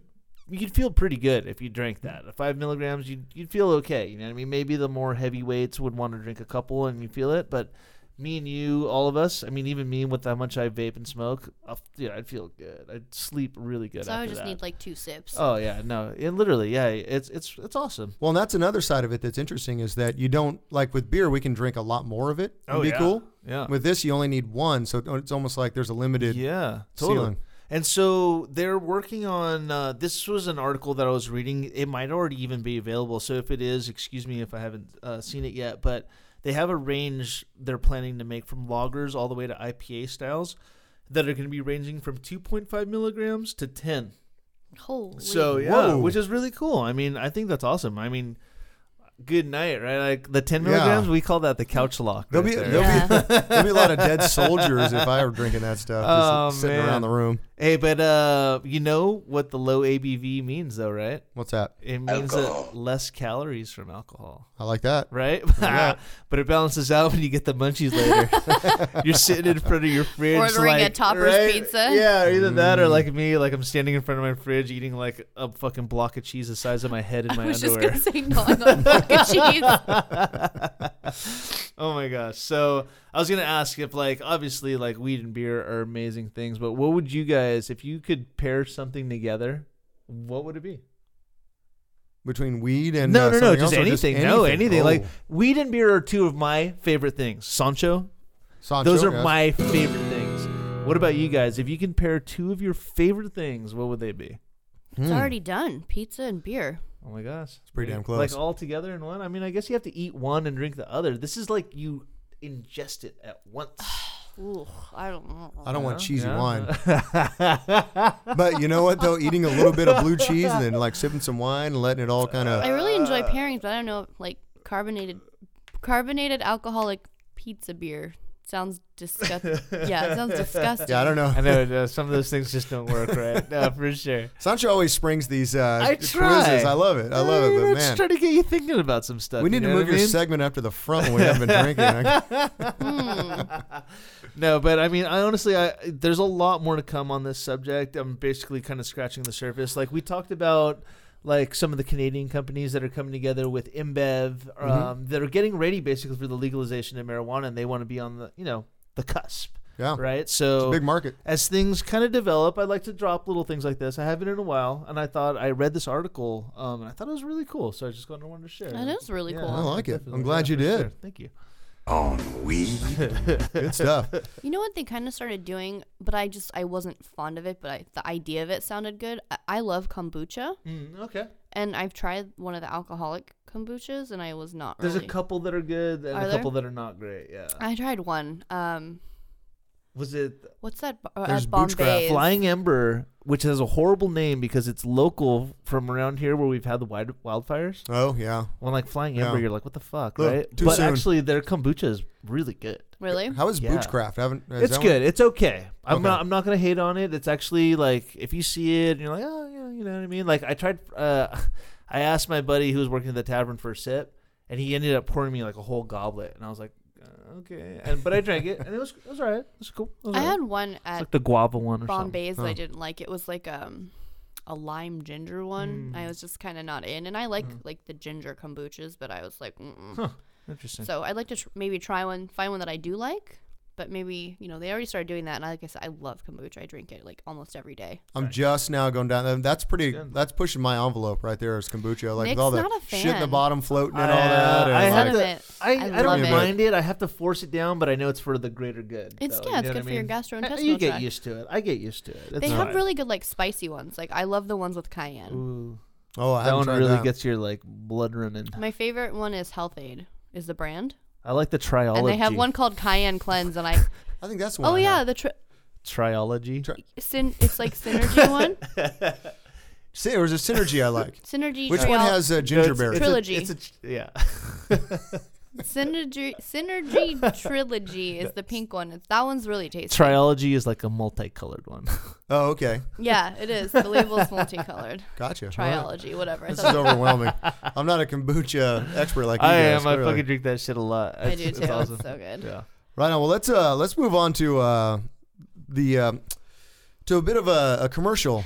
[SPEAKER 8] you'd feel pretty good if you drank that. At Five milligrams, you'd you'd feel okay. You know what I mean? Maybe the more heavyweights would want to drink a couple and you feel it, but me and you, all of us. I mean, even me with how much I vape and smoke, I'll, you know, I'd feel good. I'd sleep really good.
[SPEAKER 9] So I
[SPEAKER 8] after
[SPEAKER 9] would just
[SPEAKER 8] that.
[SPEAKER 9] need, like, two sips.
[SPEAKER 8] Oh yeah, no, it literally, yeah, it's it's it's awesome.
[SPEAKER 7] Well, and that's another side of it that's interesting is that you don't like with beer we can drink a lot more of it and
[SPEAKER 8] Oh,
[SPEAKER 7] be
[SPEAKER 8] yeah.
[SPEAKER 7] cool.
[SPEAKER 8] Yeah.
[SPEAKER 7] With this you only need one, so it's almost like there's a limited
[SPEAKER 8] yeah totally.
[SPEAKER 7] ceiling.
[SPEAKER 8] And so they're working on. Uh, this was an article that I was reading. It might already even be available. So if it is, excuse me if I haven't uh, seen it yet. But they have a range they're planning to make from loggers all the way to IPA styles that are going to be ranging from 2.5 milligrams to 10.
[SPEAKER 9] Holy.
[SPEAKER 8] So yeah, which is really cool. I mean, I think that's awesome. I mean, good night, right? Like the 10
[SPEAKER 7] Yeah.
[SPEAKER 8] milligrams, we call that the couch lock.
[SPEAKER 7] There'll
[SPEAKER 8] right
[SPEAKER 7] be-
[SPEAKER 8] there.
[SPEAKER 7] there'll be- Yeah. there'll be a lot of dead soldiers if I were drinking that stuff,
[SPEAKER 8] Oh,
[SPEAKER 7] just sitting around the room.
[SPEAKER 8] Hey, but uh, you know what the low ABV means, though, right?
[SPEAKER 7] What's that?
[SPEAKER 8] It means
[SPEAKER 7] Alcohol.
[SPEAKER 8] that less calories from alcohol.
[SPEAKER 7] I like that.
[SPEAKER 8] Right?
[SPEAKER 7] Yeah.
[SPEAKER 8] but it balances out when you get the munchies later. You're sitting in front of your fridge.
[SPEAKER 9] Ordering a
[SPEAKER 8] like,
[SPEAKER 9] Topper's
[SPEAKER 8] right?
[SPEAKER 9] pizza.
[SPEAKER 8] Yeah, or either that or like me, like I'm standing in front of my fridge eating like a fucking block of cheese the size of my head in my
[SPEAKER 9] was just
[SPEAKER 8] underwear.
[SPEAKER 9] gonna say gnawing on a block of
[SPEAKER 8] cheese. oh my gosh. So I was gonna ask if like obviously like weed and beer are amazing things, but what would you guys if you could pair something together, what would it be?
[SPEAKER 7] Between weed and
[SPEAKER 8] no,
[SPEAKER 7] uh,
[SPEAKER 8] no, no,
[SPEAKER 7] something
[SPEAKER 8] just
[SPEAKER 7] else, or
[SPEAKER 8] anything, No, anything. Like
[SPEAKER 7] Oh.
[SPEAKER 8] weed and beer are two of my favorite things. Sancho,
[SPEAKER 7] Sancho,
[SPEAKER 8] those are
[SPEAKER 7] yes.
[SPEAKER 8] my favorite things. What about you guys? If you can pair two of your favorite things, what would they be? Hmm.
[SPEAKER 9] It's already done. Pizza and beer.
[SPEAKER 8] Oh my gosh, it's
[SPEAKER 7] pretty damn close.
[SPEAKER 8] Like all together in one. I mean, I guess you have to eat one and drink the other. This is like you ingest it at once.
[SPEAKER 9] Ooh, I don't know.
[SPEAKER 7] I don't want cheesy
[SPEAKER 8] yeah.
[SPEAKER 7] wine. but you know what though? Eating a little bit of blue cheese and then like sipping some wine and letting it all kind of
[SPEAKER 9] I really enjoy pairings, but I don't know, like carbonated, carbonated alcoholic pizza beer sounds disgusting. yeah, it sounds disgusting.
[SPEAKER 7] Yeah, I don't know.
[SPEAKER 8] I know uh, some of those things just don't work, right? No, for sure.
[SPEAKER 7] Sancho always springs these uh,
[SPEAKER 8] I
[SPEAKER 7] quizzes.
[SPEAKER 8] try.
[SPEAKER 7] I love it. I love it. But
[SPEAKER 8] I'm
[SPEAKER 7] man,
[SPEAKER 8] just trying to get you thinking about some stuff.
[SPEAKER 7] we
[SPEAKER 8] you
[SPEAKER 7] need to
[SPEAKER 8] know what
[SPEAKER 7] move
[SPEAKER 8] I
[SPEAKER 7] your
[SPEAKER 8] mean?
[SPEAKER 7] segment after the front when we haven't been drinking. I-
[SPEAKER 8] no, but I mean, I honestly, I there's a lot more to come on this subject. I'm basically kind of scratching the surface. Like we talked about, like some of the Canadian companies that are coming together with InBev,
[SPEAKER 7] Mm-hmm.
[SPEAKER 8] um, that are getting ready basically for the legalization of marijuana, and they want to be on the, you know, the cusp.
[SPEAKER 7] Yeah.
[SPEAKER 8] Right. So
[SPEAKER 7] big market.
[SPEAKER 8] As things kind of develop, I like to drop little things like this. I haven't in a while, and I thought I read this article, um, and I thought it was really cool. So I just kind of wanted to share.
[SPEAKER 9] That is really cool.
[SPEAKER 7] I like it.
[SPEAKER 8] definitely.
[SPEAKER 7] I'm glad you
[SPEAKER 8] Yeah, for
[SPEAKER 7] did.
[SPEAKER 8] sure. Thank you.
[SPEAKER 7] On weed. Good stuff.
[SPEAKER 9] You know what they kind of started doing, but I just I wasn't fond of it. But I, the idea of it sounded good. I, I love kombucha,
[SPEAKER 8] Mm, okay.
[SPEAKER 9] and I've tried one of the alcoholic kombuchas, and I was not.
[SPEAKER 8] There's a
[SPEAKER 9] really.
[SPEAKER 8] couple that are good and
[SPEAKER 9] Are
[SPEAKER 8] a
[SPEAKER 9] there?
[SPEAKER 8] couple that are not great. Yeah.
[SPEAKER 9] I tried one. Um,
[SPEAKER 8] Was it
[SPEAKER 9] what's that? b- Uh,
[SPEAKER 8] There's
[SPEAKER 9] Bombay.
[SPEAKER 8] Flying Ember, which has a horrible name because it's local from around here where we've had the wild wildfires.
[SPEAKER 7] Oh yeah.
[SPEAKER 8] When like Flying Ember,
[SPEAKER 7] Yeah.
[SPEAKER 8] you're like, what the fuck,
[SPEAKER 7] Look,
[SPEAKER 8] right?
[SPEAKER 7] too
[SPEAKER 8] but
[SPEAKER 7] soon.
[SPEAKER 8] actually, their kombucha is really good.
[SPEAKER 9] Really?
[SPEAKER 7] How is Boochcraft? I haven't- is
[SPEAKER 8] it's
[SPEAKER 7] that one-
[SPEAKER 8] good. It's okay. I'm
[SPEAKER 7] Okay.
[SPEAKER 8] not. I'm not gonna hate on it. It's actually like if you see it and you're like, oh, yeah, you know what I mean. Like I tried. Uh, I asked my buddy who was working at the tavern for a sip, and he ended up pouring me like a whole goblet, and I was like, uh, okay, and but I drank it, and it was it was alright. It was cool. It was
[SPEAKER 9] I
[SPEAKER 8] alright.
[SPEAKER 9] had one at
[SPEAKER 8] it's like the guava one or
[SPEAKER 9] Bombay's
[SPEAKER 8] something.
[SPEAKER 9] that I didn't like. It was like um a lime ginger one.
[SPEAKER 8] Hmm.
[SPEAKER 9] I was just kind of not in, and I like like the ginger kombuchas, but I was like, Mm-mm.
[SPEAKER 8] Huh. Interesting.
[SPEAKER 9] So I'd like to tr- maybe try one, find one that I do like, but maybe you know they already started doing that, and like I said, I love kombucha. I drink it like almost every day.
[SPEAKER 7] I'm just now going down. and That's pretty. That's pushing my envelope right there. Is kombucha like with
[SPEAKER 9] Nick's
[SPEAKER 7] all the
[SPEAKER 9] not a
[SPEAKER 7] shit in the
[SPEAKER 9] fan.
[SPEAKER 7] bottom floating and
[SPEAKER 8] I,
[SPEAKER 7] all
[SPEAKER 8] uh,
[SPEAKER 7] that? and
[SPEAKER 8] I had
[SPEAKER 7] like-
[SPEAKER 8] to- I,
[SPEAKER 9] I
[SPEAKER 8] I,
[SPEAKER 9] love
[SPEAKER 8] don't
[SPEAKER 9] it.
[SPEAKER 8] mind it. I have to force it down, but I know it's for the greater good.
[SPEAKER 9] It's-
[SPEAKER 8] though,
[SPEAKER 9] yeah,
[SPEAKER 8] you
[SPEAKER 9] it's
[SPEAKER 8] know
[SPEAKER 9] good
[SPEAKER 8] what
[SPEAKER 9] for your
[SPEAKER 8] I mean?
[SPEAKER 9] gastrointestinal
[SPEAKER 8] You get
[SPEAKER 9] tract.
[SPEAKER 8] used to it. I get used to it.
[SPEAKER 9] they
[SPEAKER 8] It's
[SPEAKER 9] have
[SPEAKER 8] fine.
[SPEAKER 9] really good like spicy ones. Like I love the ones with cayenne.
[SPEAKER 8] Ooh.
[SPEAKER 7] Oh, I
[SPEAKER 8] that
[SPEAKER 7] haven't
[SPEAKER 8] one
[SPEAKER 7] tried
[SPEAKER 8] really
[SPEAKER 7] that.
[SPEAKER 8] gets your like blood running.
[SPEAKER 9] My favorite one is Health Aid. Is the brand,
[SPEAKER 8] I like the triology.
[SPEAKER 9] and they have one called Cayenne Cleanse, and I.
[SPEAKER 7] I think that's
[SPEAKER 8] the one
[SPEAKER 9] Oh
[SPEAKER 8] I
[SPEAKER 9] yeah, the tri-
[SPEAKER 8] triology.
[SPEAKER 9] syn- it's like synergy one.
[SPEAKER 7] See, or is it synergy I like?
[SPEAKER 9] Synergy
[SPEAKER 7] Which one
[SPEAKER 9] trial-
[SPEAKER 7] has uh,
[SPEAKER 9] No, it's-
[SPEAKER 7] gingerberry?
[SPEAKER 9] Trilogy.
[SPEAKER 8] It's a, it's a yeah.
[SPEAKER 9] Synergy Synergy Trilogy is the pink one. It's, that one's really tasty.
[SPEAKER 8] Triology is like a multicolored one.
[SPEAKER 7] Oh, okay.
[SPEAKER 9] Yeah, it is. The label's multicolored.
[SPEAKER 7] Gotcha. All right.
[SPEAKER 9] Triology, whatever. I
[SPEAKER 7] This is
[SPEAKER 9] thought-
[SPEAKER 7] overwhelming. I'm not a kombucha uh, expert like you
[SPEAKER 8] I
[SPEAKER 7] guys,
[SPEAKER 8] am. I
[SPEAKER 7] clearly.
[SPEAKER 8] fucking drink that shit a lot.
[SPEAKER 9] I do
[SPEAKER 8] It's-
[SPEAKER 9] too.
[SPEAKER 8] It's
[SPEAKER 9] It's
[SPEAKER 8] awesome.
[SPEAKER 9] so good.
[SPEAKER 8] Yeah.
[SPEAKER 7] Right on. Well, let's uh, let's move on to uh, the um to a bit of a, a commercial,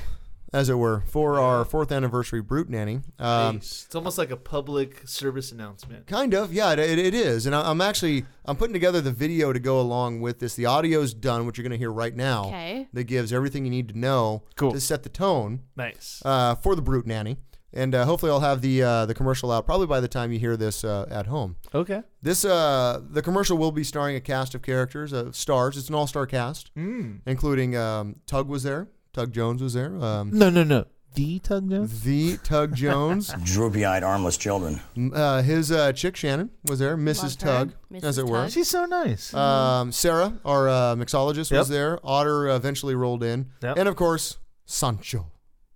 [SPEAKER 7] as it were, for our fourth anniversary Brute Nanny. Um,
[SPEAKER 8] Nice. it's almost like a public service announcement.
[SPEAKER 7] Kind of, yeah, it, it, it is. And I, I'm actually I'm putting together the video to go along with this. The audio's done, which you're going to hear right now.
[SPEAKER 8] Okay.
[SPEAKER 7] That gives everything you need to know to set the tone.
[SPEAKER 8] Nice.
[SPEAKER 7] Uh, for the brute nanny, and uh, hopefully I'll have the uh, the commercial out probably by the time you hear this uh, at home.
[SPEAKER 8] Okay.
[SPEAKER 7] This uh, the commercial will be starring a cast of characters, uh, stars. It's an all-star cast,
[SPEAKER 8] Mm.
[SPEAKER 7] including um, Tug was there, Tug Jones was there. Um,
[SPEAKER 8] No, no, no. The Tug Jones.
[SPEAKER 7] The Tug Jones.
[SPEAKER 15] Droopy-eyed, armless children.
[SPEAKER 7] M- Uh, his uh, chick Shannon was there,
[SPEAKER 15] Love
[SPEAKER 7] Mrs. Tug,
[SPEAKER 15] her,
[SPEAKER 7] as
[SPEAKER 15] Mrs.
[SPEAKER 7] it were.
[SPEAKER 15] Tug.
[SPEAKER 8] She's so nice.
[SPEAKER 7] Um, Sarah, our uh, mixologist,
[SPEAKER 8] Yep.
[SPEAKER 7] was there. Otter eventually rolled in,
[SPEAKER 8] Yep.
[SPEAKER 7] and of course, Sancho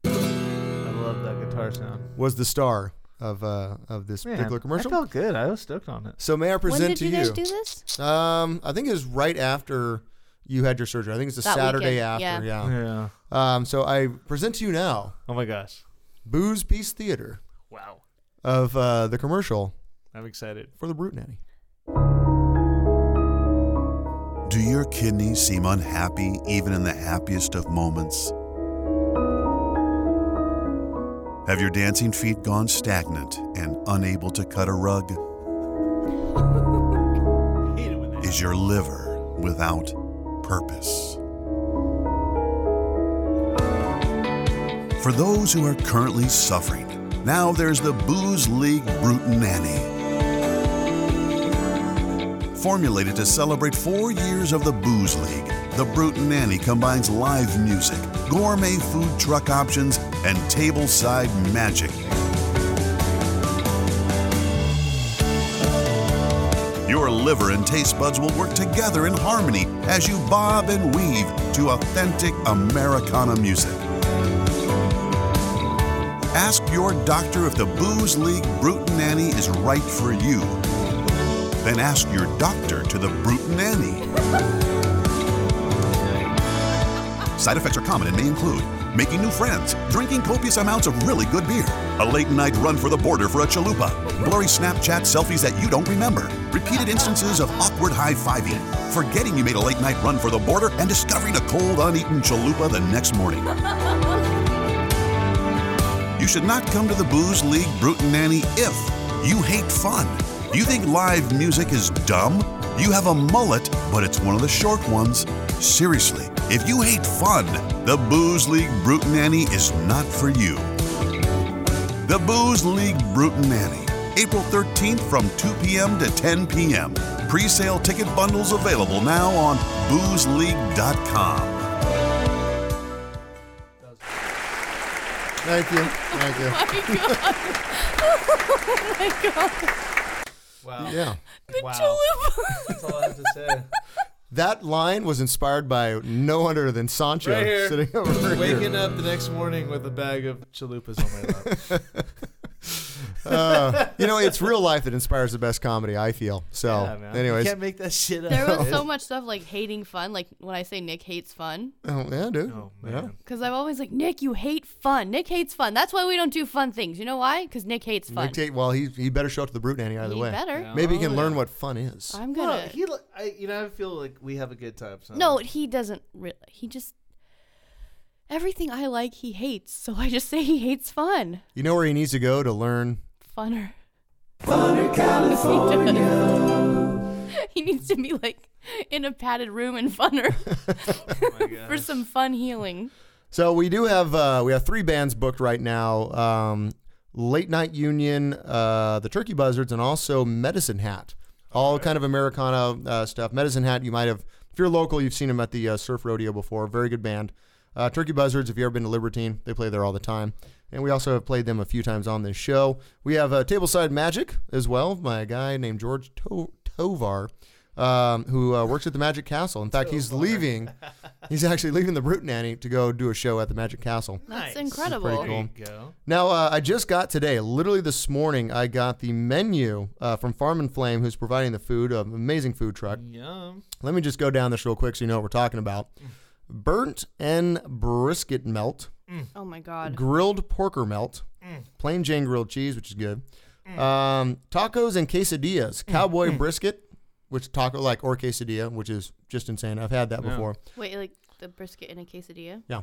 [SPEAKER 8] I love that guitar sound.
[SPEAKER 7] was the star of uh, of this
[SPEAKER 8] Man,
[SPEAKER 7] particular commercial.
[SPEAKER 8] I felt good. I was stoked on it.
[SPEAKER 7] So may I present
[SPEAKER 8] did
[SPEAKER 7] to
[SPEAKER 8] you
[SPEAKER 7] you?
[SPEAKER 8] guys do
[SPEAKER 9] this?
[SPEAKER 7] Um, I think it was right after you had your surgery. I think it's the
[SPEAKER 9] That
[SPEAKER 7] Saturday
[SPEAKER 9] weekend,
[SPEAKER 7] after.
[SPEAKER 9] yeah.
[SPEAKER 7] Yeah. Um, so I present to you now.
[SPEAKER 8] Oh my gosh.
[SPEAKER 7] Booze Piece Theater
[SPEAKER 8] Wow.
[SPEAKER 7] of uh, the commercial
[SPEAKER 8] I'm excited.
[SPEAKER 7] for the Brute Nanny.
[SPEAKER 16] Do your kidneys seem unhappy even in the happiest of moments? Have your dancing feet gone stagnant and unable to cut a rug? Is your liver without purpose? For those who are currently suffering, now there's the Booze League Brute Nanny formulated to celebrate four years of the Booze League. The Brute Nanny combines live music, gourmet food truck options, and tableside magic. Your liver and taste buds will work together in harmony as you bob and weave to authentic Americana music. Ask your doctor if the Booze League Brute Nanny is right for you then ask your doctor to the Brute Nanny. Side effects are common and may include making new friends, drinking copious amounts of really good beer, a late night run for the border for a chalupa, blurry Snapchat selfies that you don't remember, repeated instances of awkward high fiving, forgetting you made a late night run for the border, and discovering a cold, uneaten chalupa the next morning. You should not come to the Booze League Brute Nanny if you hate fun. You think live music is dumb? You have a mullet, but it's one of the short ones. Seriously, if you hate fun, the Booze League Brute Nanny is not for you. The Booze League Brute Nanny, April 13th from 2 p.m. to 10 p.m. Pre sale ticket bundles available now on boozeleague.com.
[SPEAKER 7] Thank you. Thank you.
[SPEAKER 9] oh my god.
[SPEAKER 8] Wow.
[SPEAKER 7] Yeah.
[SPEAKER 9] The
[SPEAKER 8] Wow.
[SPEAKER 9] chalupa.
[SPEAKER 8] That's all I have to say.
[SPEAKER 7] That line was inspired by no other than Sancho
[SPEAKER 8] Right here.
[SPEAKER 7] sitting over here.
[SPEAKER 8] Waking up the next morning with a bag of chalupas on my lap.
[SPEAKER 7] Uh, you know, it's real life that inspires the best comedy. I feel so.
[SPEAKER 8] Yeah, man. You
[SPEAKER 7] Oh, anyways,
[SPEAKER 8] can't make that shit up.
[SPEAKER 9] There was so much stuff like hating fun. Like when I say Nick hates fun,
[SPEAKER 7] Oh, yeah, dude. Yeah.
[SPEAKER 9] because I'm always like, Nick, you hate fun. Nick hates fun. That's why we don't do fun things. You know why? Because Nick hates fun.
[SPEAKER 7] Nick Tate- well, he, he better show up to the Brute Nanny either
[SPEAKER 9] He
[SPEAKER 7] way.
[SPEAKER 9] better. Yeah.
[SPEAKER 7] Maybe he
[SPEAKER 9] Oh,
[SPEAKER 7] can
[SPEAKER 9] yeah.
[SPEAKER 7] learn what fun is.
[SPEAKER 9] I'm
[SPEAKER 8] Well,
[SPEAKER 9] gonna.
[SPEAKER 8] he, li- I, you know, I feel like we have a good time. So.
[SPEAKER 9] no, he doesn't. Re- he just everything I like, he hates. So I just say he hates fun.
[SPEAKER 7] You know where he needs to go to learn?
[SPEAKER 9] Funner.
[SPEAKER 7] Funner
[SPEAKER 9] he needs to be like in a padded room in Funner
[SPEAKER 7] Oh
[SPEAKER 9] for some fun healing.
[SPEAKER 7] So we do have uh, we have three bands booked right now: um, Late Night Union, uh, the Turkey Buzzards, and also Medicine Hat. All kind of Americana uh, stuff. Medicine Hat, you might have if you're local, you've seen them at the uh, Surf Rodeo before. Very good band. Uh, Turkey Buzzards, if you've ever been to Libertine, they play there all the time. And we also have played them a few times on this show. We have uh, Tableside Magic as well, by a guy named George to- Tovar, um, who uh, works at the Magic Castle. In fact, he's leaving. He's actually leaving the Brute Nanny to go do a show at the Magic Castle.
[SPEAKER 9] That's
[SPEAKER 7] This is
[SPEAKER 9] incredible.
[SPEAKER 7] pretty cool. Now, uh, I just got today, literally this morning, I got the menu uh, from Farm and Flame, who's providing the food, an amazing food truck.
[SPEAKER 8] Yum.
[SPEAKER 7] Let me just go down this real quick so you know what we're talking about. Burnt and brisket melt,
[SPEAKER 9] Oh my god.
[SPEAKER 7] grilled porker melt, plain Jane grilled cheese, which is good. Um, tacos and quesadillas, cowboy brisket, which taco like or quesadilla, which is just insane. I've had that
[SPEAKER 8] Yeah.
[SPEAKER 7] before.
[SPEAKER 9] Wait, like the brisket in a quesadilla?
[SPEAKER 7] Yeah.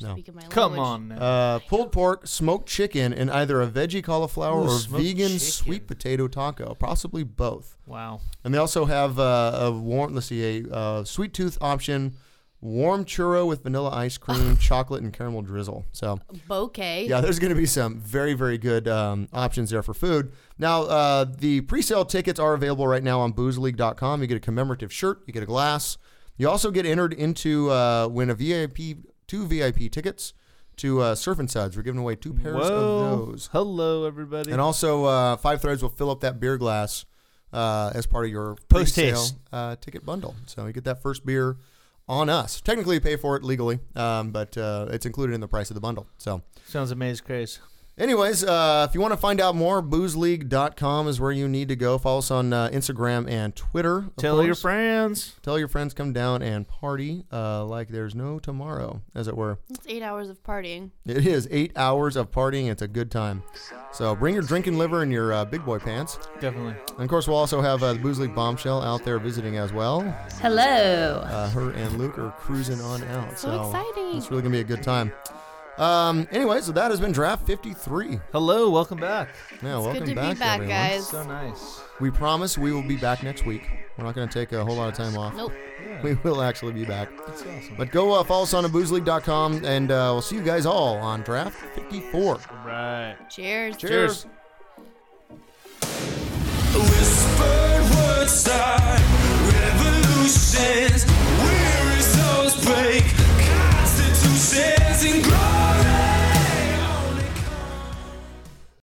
[SPEAKER 7] No.
[SPEAKER 9] speaking my Come language. on now.
[SPEAKER 7] Uh, pulled pork, smoked chicken, and either a veggie cauliflower
[SPEAKER 8] Ooh,
[SPEAKER 7] or
[SPEAKER 8] smoked
[SPEAKER 7] vegan
[SPEAKER 8] chicken.
[SPEAKER 7] sweet potato taco, possibly both.
[SPEAKER 8] Wow.
[SPEAKER 7] And they also have uh, a warm, let's see, a uh, sweet tooth option, warm churro with vanilla ice cream, chocolate, and caramel drizzle. So
[SPEAKER 9] Bouquet.
[SPEAKER 7] yeah, there's going to be some very, very good um, options there for food. Now, uh, the pre-sale tickets are available right now on boozeleague.com. You get a commemorative shirt, you get a glass. You also get entered into uh, win a VIP, two VIP tickets to uh, Surf and Suds. We're giving away two pairs
[SPEAKER 8] Whoa.
[SPEAKER 7] of those.
[SPEAKER 8] Hello, everybody.
[SPEAKER 7] And also, uh, Five Threads will fill up that beer glass uh, as part of your
[SPEAKER 8] Post-haste.
[SPEAKER 7] pre-sale, uh, ticket bundle. So you get that first beer on us. Technically, you pay for it legally, um, but uh, it's included in the price of the bundle. So.
[SPEAKER 8] sounds amazing, craze.
[SPEAKER 7] Anyways, uh, if you want to find out more, boozeleague.com is where you need to go. Follow us on uh, Instagram and Twitter. of
[SPEAKER 8] Tell your
[SPEAKER 7] course.
[SPEAKER 8] friends.
[SPEAKER 7] Tell your friends, come down and party uh, like there's no tomorrow, as it were.
[SPEAKER 9] It's eight hours of partying.
[SPEAKER 7] It is eight hours of partying. It's a good time. So bring your drinking liver and your uh, big boy pants.
[SPEAKER 8] Definitely.
[SPEAKER 7] And of course, we'll also have uh, the Booze League bombshell out there visiting as well.
[SPEAKER 9] Hello.
[SPEAKER 7] Uh, her and Luke are cruising on out.
[SPEAKER 9] So
[SPEAKER 7] So,
[SPEAKER 9] exciting.
[SPEAKER 7] It's really going to be a good time. Um, anyway, so that has been Draft 53.
[SPEAKER 8] Hello, welcome back.
[SPEAKER 7] Yeah,
[SPEAKER 9] It's good
[SPEAKER 7] welcome
[SPEAKER 9] to be
[SPEAKER 7] back,
[SPEAKER 9] back,
[SPEAKER 7] everyone.
[SPEAKER 9] guys.
[SPEAKER 8] So nice.
[SPEAKER 7] We promise we will be back next week. We're not going to take a whole lot of time off.
[SPEAKER 9] Nope.
[SPEAKER 7] We will actually be back.
[SPEAKER 8] That's awesome.
[SPEAKER 7] But go uh, follow us on aboozeleague.com, and uh, we'll see you guys all on Draft 54.
[SPEAKER 8] Right.
[SPEAKER 9] Cheers.
[SPEAKER 7] Cheers.
[SPEAKER 13] Whispered words that